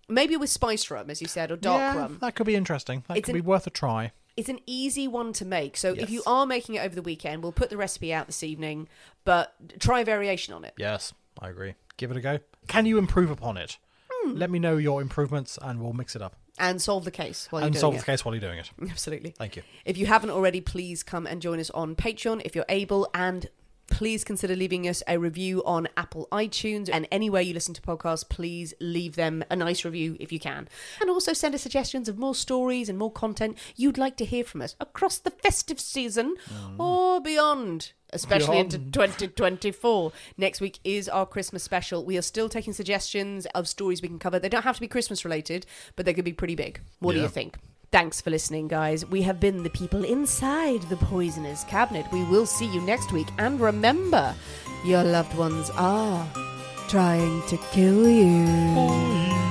Speaker 1: Maybe with spice rum, as you said, or dark
Speaker 2: Yeah,
Speaker 1: rum.
Speaker 2: That could be interesting. That
Speaker 1: It's
Speaker 2: could
Speaker 1: an-
Speaker 2: be worth a try.
Speaker 1: It's an easy one to make. So if you
Speaker 2: Yes.
Speaker 1: are making it over the weekend, we'll put the recipe out this evening, but try a variation on it.
Speaker 2: Yes, I agree. Give it a go. Can you improve upon it?
Speaker 1: Hmm.
Speaker 2: Let me know your improvements, and we'll mix it up
Speaker 1: And solve the case while you're
Speaker 2: and
Speaker 1: doing
Speaker 2: solve
Speaker 1: it.
Speaker 2: the case while you're doing it.
Speaker 1: Absolutely.
Speaker 2: Thank you.
Speaker 1: If you haven't already, please come and join us on Patreon if you're able and please consider leaving us a review on Apple iTunes and anywhere you listen to podcasts, please leave them a nice review if you can. And also send us suggestions of more stories and more content you'd like to hear from us across the festive season
Speaker 2: Mm.
Speaker 1: or beyond. Especially into 2024. Next week is our Christmas special. We are still taking suggestions of stories we can cover. They don't have to be Christmas related, but they could be pretty big. What do you
Speaker 2: Yeah.
Speaker 1: think? Thanks for listening, guys. We have been the people inside the poisoner's cabinet. We will see you next week. And remember, your loved ones are trying to kill you.
Speaker 2: Bye.